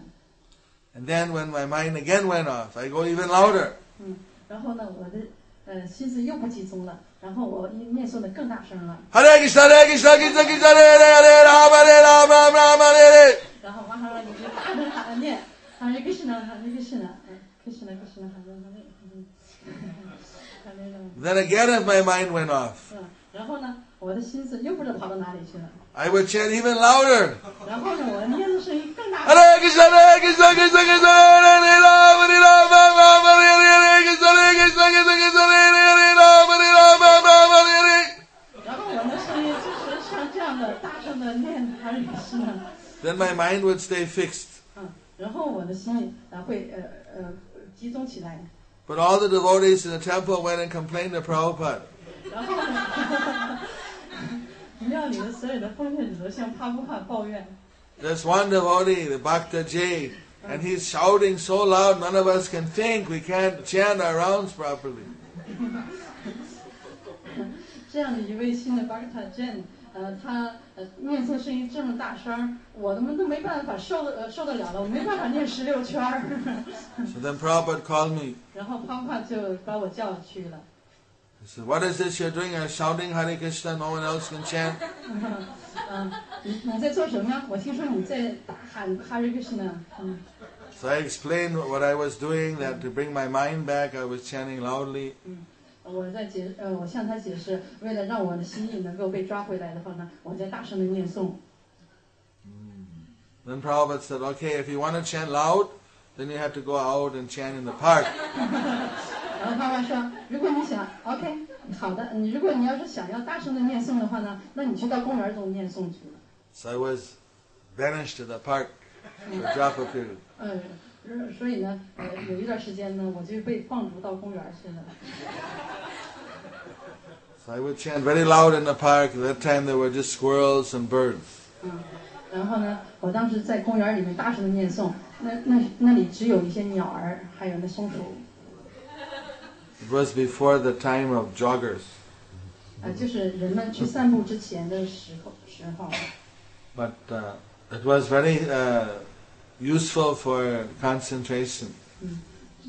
Speaker 2: And then when my mind again went off, I go even louder.
Speaker 3: 嗯，然后呢我的呃心思又不集中了，然后我一念诵的更大声了。
Speaker 2: Hare Krishna, Hare Krishna, Krishna Krishna, Hare Hare, Hare Ram, Hare Ram, Ram Ram, Hare Hare.
Speaker 3: 然后马上让你就大声喊念，喊着 Krishna，喊着 Krishna，嗯，Krishna Krishna，喊着喊着，嗯，喊着 喊着，
Speaker 2: Then again if my mind went off,
Speaker 3: 嗯，然后呢，我的心思又不知道跑到哪里去了，
Speaker 2: I would chant even louder.
Speaker 3: 然后呢，我念的声音更大，
Speaker 2: Hare Krishna, Hare Krishna, Krishna Krishna, Hare Hare, Ram, Hare Ram, Ram Ram, Hare Hare, Hare Krishna, Hare Krishna, Krishna Krishna, Hare Hare, Hare Ram, Hare Ram, Ram Ram, Hare Hare.
Speaker 3: 然后我的声音就是像这样的大声的念喊着 Krishna，
Speaker 2: Then my mind would stay fixed.
Speaker 3: 嗯，然后我的心里啊会呃呃集中起来，
Speaker 2: But all the devotees in the temple went and complained to Prabhupada.
Speaker 3: 然后呢， 庙里的所有的奉献者都向帕布帕抱怨。
Speaker 2: There's one devotee, the Bhakta J, and he's shouting so loud none of us can think. We can't chant our rounds properly.
Speaker 3: 这样的一位新的 b a k t a Jen，呃，他呃念诵声音这么大声儿，我他妈都没办法受呃受得了了，我没办法念十六圈儿。
Speaker 2: So then Prabhupada called me.
Speaker 3: 然后胖胖就把我叫去了，
Speaker 2: He said, What is this you're doing? You're shouting Hare Krishna, no one else can chant.
Speaker 3: 嗯，你你在做什么呀？我听说你在大喊哈瑞克什呢，嗯，
Speaker 2: So I explained what I was doing, that to bring my mind back, I was chanting loudly.
Speaker 3: 我在解呃，我向他解释，为了让我的心意能够被抓回来的话呢，我在大声的念诵。
Speaker 2: Then Prabhupada said, okay, if you want to chant loud, then you have to go out and chant in the park.
Speaker 3: 然后爸爸说，如果你想，OK，好的，你如果你要是想要大声的念诵的话呢，那你去到公园中念诵去。
Speaker 2: So I was banished to the park for a drop of period.
Speaker 3: 嗯，呃所以呢，呃，有一段时间呢，我就被放逐到公园去了。
Speaker 2: So I would chant very loud in the park. At that time there were just squirrels and birds.
Speaker 3: 嗯，然后呢，我当时在公园里面大声的念诵，那那那里只有一些鸟儿，还有那松鼠，
Speaker 2: It was before the time of joggers.
Speaker 3: 呃，就是人们去散步之前的时候时候。
Speaker 2: But uh, it was very uh, useful for concentration.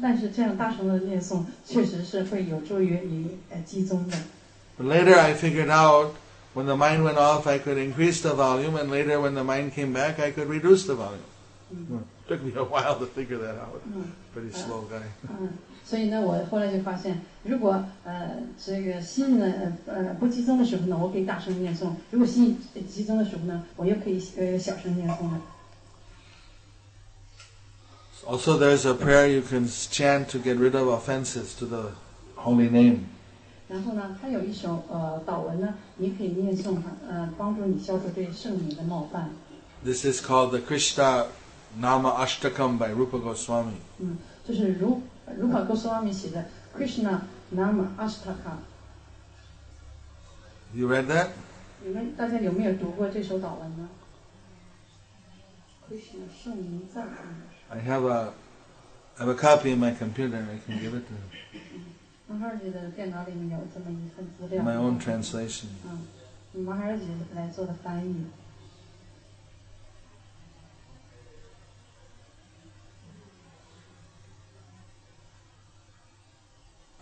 Speaker 3: 但是这样大声的念诵，确实是会有助于你呃集中的。
Speaker 2: But later I figured out when the mind went off, I could increase the volume, and later when the mind came back, I could reduce the volume. Took me a while to figure that out. Pretty slow guy.
Speaker 3: 嗯，所以呢，我后来就发现，如果呃这个心呢呃呃不集中的时候呢，我可以大声念诵；如果心集中的时候呢，我又可以呃小声念诵了。
Speaker 2: Also, there's a prayer you can chant to get rid of offenses to the holy name.
Speaker 3: 然后呢，它有一首呃祷文呢，你可以念诵它，呃，帮助你消除对圣名的冒犯。
Speaker 2: This is called the Krishna Nama Ashtakam by Rupa Goswami.
Speaker 3: 嗯，就是如如法哥斯瓦米写的 Krishna Nama Ashtaka，
Speaker 2: You read that?
Speaker 3: 你们大家有没有读过这首祷文呢？Krishna 圣名赞。
Speaker 2: I have a, I have a copy in my computer. I can give it to
Speaker 3: 马哈尔觉的电脑里面有这么一份资
Speaker 2: you.
Speaker 3: 料。
Speaker 2: My own translation.
Speaker 3: 嗯，马哈尔觉来做的翻译。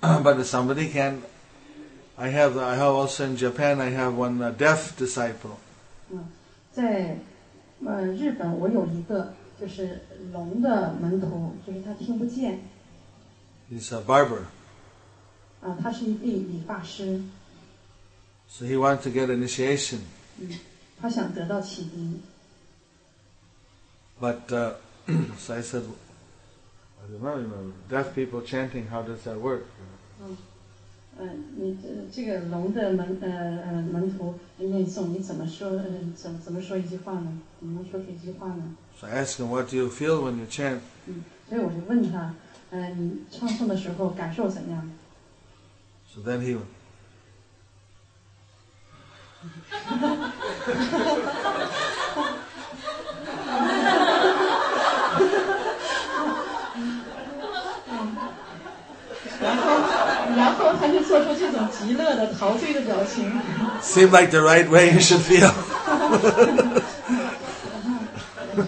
Speaker 2: Uh, but if somebody can, I have. I have also in Japan. I have one uh, deaf disciple.
Speaker 3: 在呃日本，我有一个就是聋的门徒，就是他听不见。
Speaker 2: He's a barber,
Speaker 3: 啊，他是一位理发师，
Speaker 2: so he wants to get initiation.
Speaker 3: 他想得到启迪。
Speaker 2: But uh, so I said, I don't know, you know, deaf people chanting. How does that work?
Speaker 3: 呃，你这这个龙的门呃呃门徒念诵，你怎么说？呃，怎么怎么说一句话呢？怎么说出一句话呢？
Speaker 2: So I asked him, What do you feel when you chant?
Speaker 3: 所以我就问他，呃，你唱诵的时候感受怎样？
Speaker 2: So then he went.
Speaker 3: 然后， 然后他就做出这种极乐的陶醉的表情。
Speaker 2: Seemed like the right way you should feel.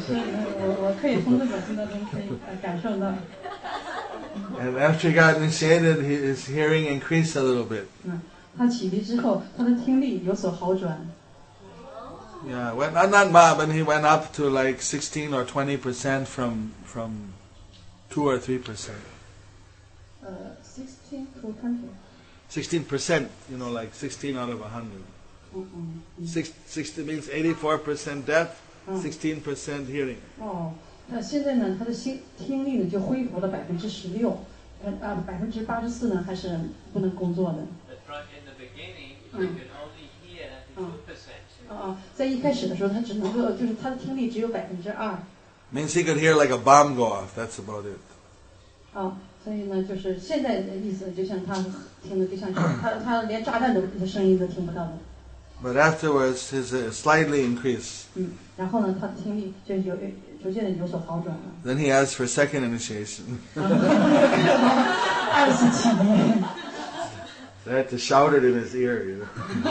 Speaker 3: 是，呃我我可以从这种听当中可以呃感受到，
Speaker 2: And after he got initiated, he, his hearing increased a little bit.
Speaker 3: 嗯，他启迪之后，他的听力有所好转。
Speaker 2: Yeah, well, not not ma, but he went up to like sixteen or twenty percent from from two or three percent.
Speaker 3: 呃，sixteen to twenty。
Speaker 2: Sixteen percent, you know, like sixteen out of a hundred.
Speaker 3: 嗯嗯。
Speaker 2: Six, 60 means eighty-four percent deaf,
Speaker 3: Mm.
Speaker 2: sixteen percent hearing.
Speaker 3: 哦，那现在呢，他的心听力呢就恢复了百分之十六，呃啊，百分之八十四呢还是不能工作的。
Speaker 4: That's right, in the beginning, you could only hear two percent.
Speaker 3: 啊、啊，在一开始的时候，他只能够就是他的听力只有百分之二
Speaker 2: Means he could hear like a bomb go off. That's about it.
Speaker 3: 啊，所以呢，就是现在的意思，就像他听的，就像是他他连炸弹的声音都听不到的。
Speaker 2: But afterwards, his uh, slightly increased.
Speaker 3: 嗯，然后呢，他的听力就有逐渐的有所好转了。
Speaker 2: Then he asked for second initiation.
Speaker 3: 二十几年，
Speaker 2: I had to shout it in his ear. You know.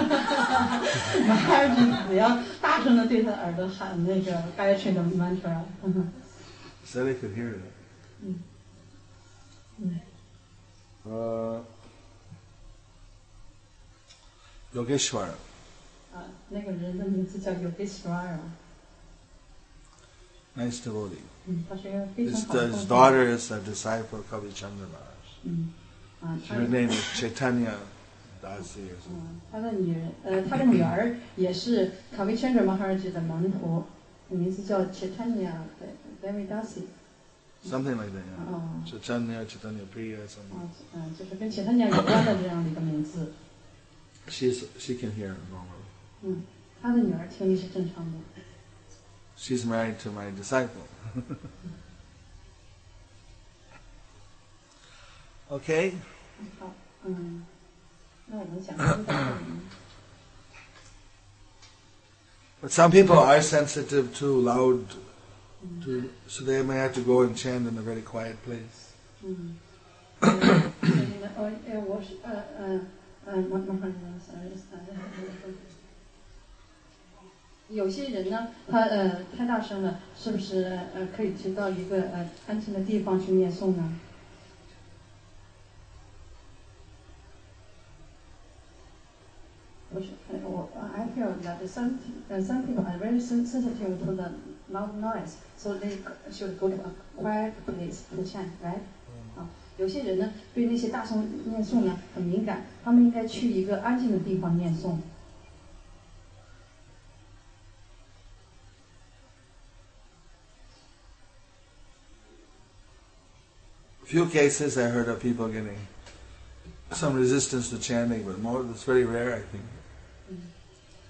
Speaker 3: 二十只要大声的对他耳朵喊那个 g a y t r i 的 mantra。嗯 哼
Speaker 2: Said I could hear it. Uh, Yogeshwara.
Speaker 3: 啊，那个人的名字叫 Yogeshwara。
Speaker 2: nice devotee.
Speaker 3: 嗯，他是一个非常
Speaker 2: His,
Speaker 3: 好的
Speaker 2: his
Speaker 3: 高僧
Speaker 2: daughter is a disciple of Kavichandra Maharaj.
Speaker 3: 嗯，啊，他
Speaker 2: Her name is Chaitanya Dasi or something.
Speaker 3: 嗯他的女人，呃，他的女儿也是卡维圈者马哈尔吉的门徒，名字叫 Chaitanya Devi Dasi，
Speaker 2: Something like that,
Speaker 3: 啊
Speaker 2: yeah.
Speaker 3: 啊
Speaker 2: Chaitanya, Chaitanya Priya, something.
Speaker 3: 啊，嗯，就是跟 Chaitanya 有关的这样的一个名字。
Speaker 2: She's, she can hear normally.
Speaker 3: 嗯，他的女儿听力是正常的。
Speaker 2: She's married to my disciple. okay,
Speaker 3: 好，嗯，那我们讲到这个，
Speaker 2: but some people are sensitive to loud, to, so they may have to go and chant in a very quiet place.
Speaker 3: 嗯，呃那个呃呃，我是呃呃呃，马马哈尔吉有些人呢，他呃太大声了，是不是呃可以去到一个呃安全的地方去念诵呢？我是呃我呃 I feel that some uh, some people are very sen- sensitive to the loud noise, so they should go to a quiet place to chant, right? 啊，有些人呢对那些大声念诵呢很敏感，他们应该去一个安静的地方念诵。
Speaker 2: Few cases I heard of people getting some resistance to chanting, but more it's very rare, I think.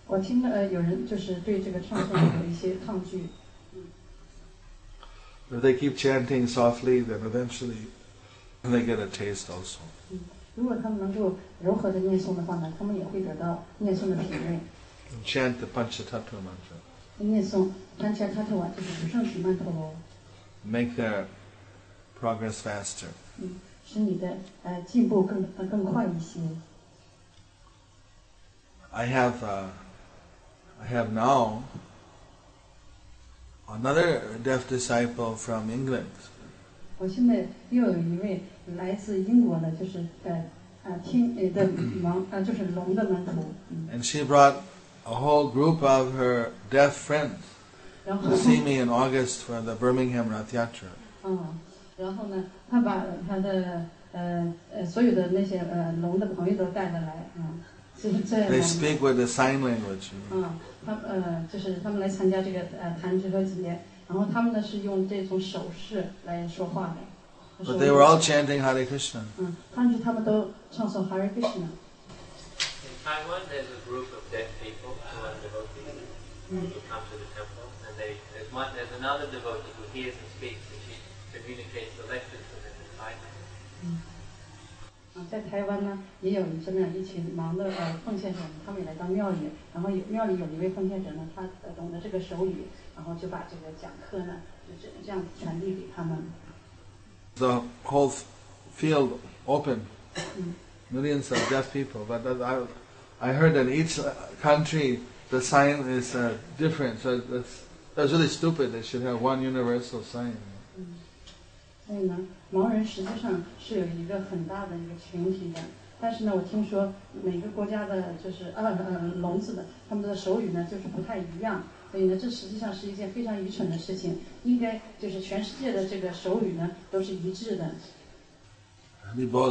Speaker 3: 我听了呃有人就是对这个唱诵有一些抗拒，
Speaker 2: If they keep chanting softly, then eventually they get a taste also.
Speaker 3: 如果他们能够柔和的念诵的话呢，他们也会得到念诵的品味。
Speaker 2: And chant the Panchatattva mantra.
Speaker 3: 念诵班恰塔特瓦啊就是不胜提曼陀罗，
Speaker 2: Make their progress faster.
Speaker 3: 使你的呃进步更呃更快一些。
Speaker 2: I have, uh, I have now another deaf disciple from England.
Speaker 3: 我现在又有一位来自英国的，就是呃呃听呃的盲呃就是聋的门徒，嗯，
Speaker 2: And she brought a whole group of her deaf friends
Speaker 3: 然后
Speaker 2: to see me in August for the Birmingham Rath Yatra.
Speaker 3: 嗯，然后呢，他把他的呃呃所有的那些呃聋的朋友都带了来，嗯，就是这样
Speaker 2: They
Speaker 3: 的，
Speaker 2: speak with the sign language. you know.
Speaker 3: 嗯，他呃就是他们来参加这个呃弹指和节，然后他们呢是用这种手势来说话的，
Speaker 2: But they were all chanting Hare Krishna.
Speaker 3: 嗯，但是他们都唱诵 Hare Krishna，
Speaker 4: In Taiwan, there's a group of deaf people who are devotees who come to the temple, and they, there's one, there's another devotee who hears and speaks, and she communicates the lectures to them in sign language.
Speaker 3: 啊，在台湾呢也有这么样一群盲的呃奉献者，他们也来到庙里，然后有庙里有一位奉献者呢，他呃懂得这个手语，然后就把这个讲课呢就这这样传递给他们。
Speaker 2: the whole f- field open, millions of deaf people. But that- I, I heard that each uh, country the sign is uh, different. So that's, that's really stupid. They should have one universal sign.
Speaker 3: 所以呢，盲人实际上是有一个很大的一个群体的。但是呢，我听说每个国家的，就是呃呃聋子的，他们的手语呢就是不太一样，所以呢，这实际上是一件非常愚蠢的事情。应该就是全世界的这个手语呢都是一致的，
Speaker 2: Haribo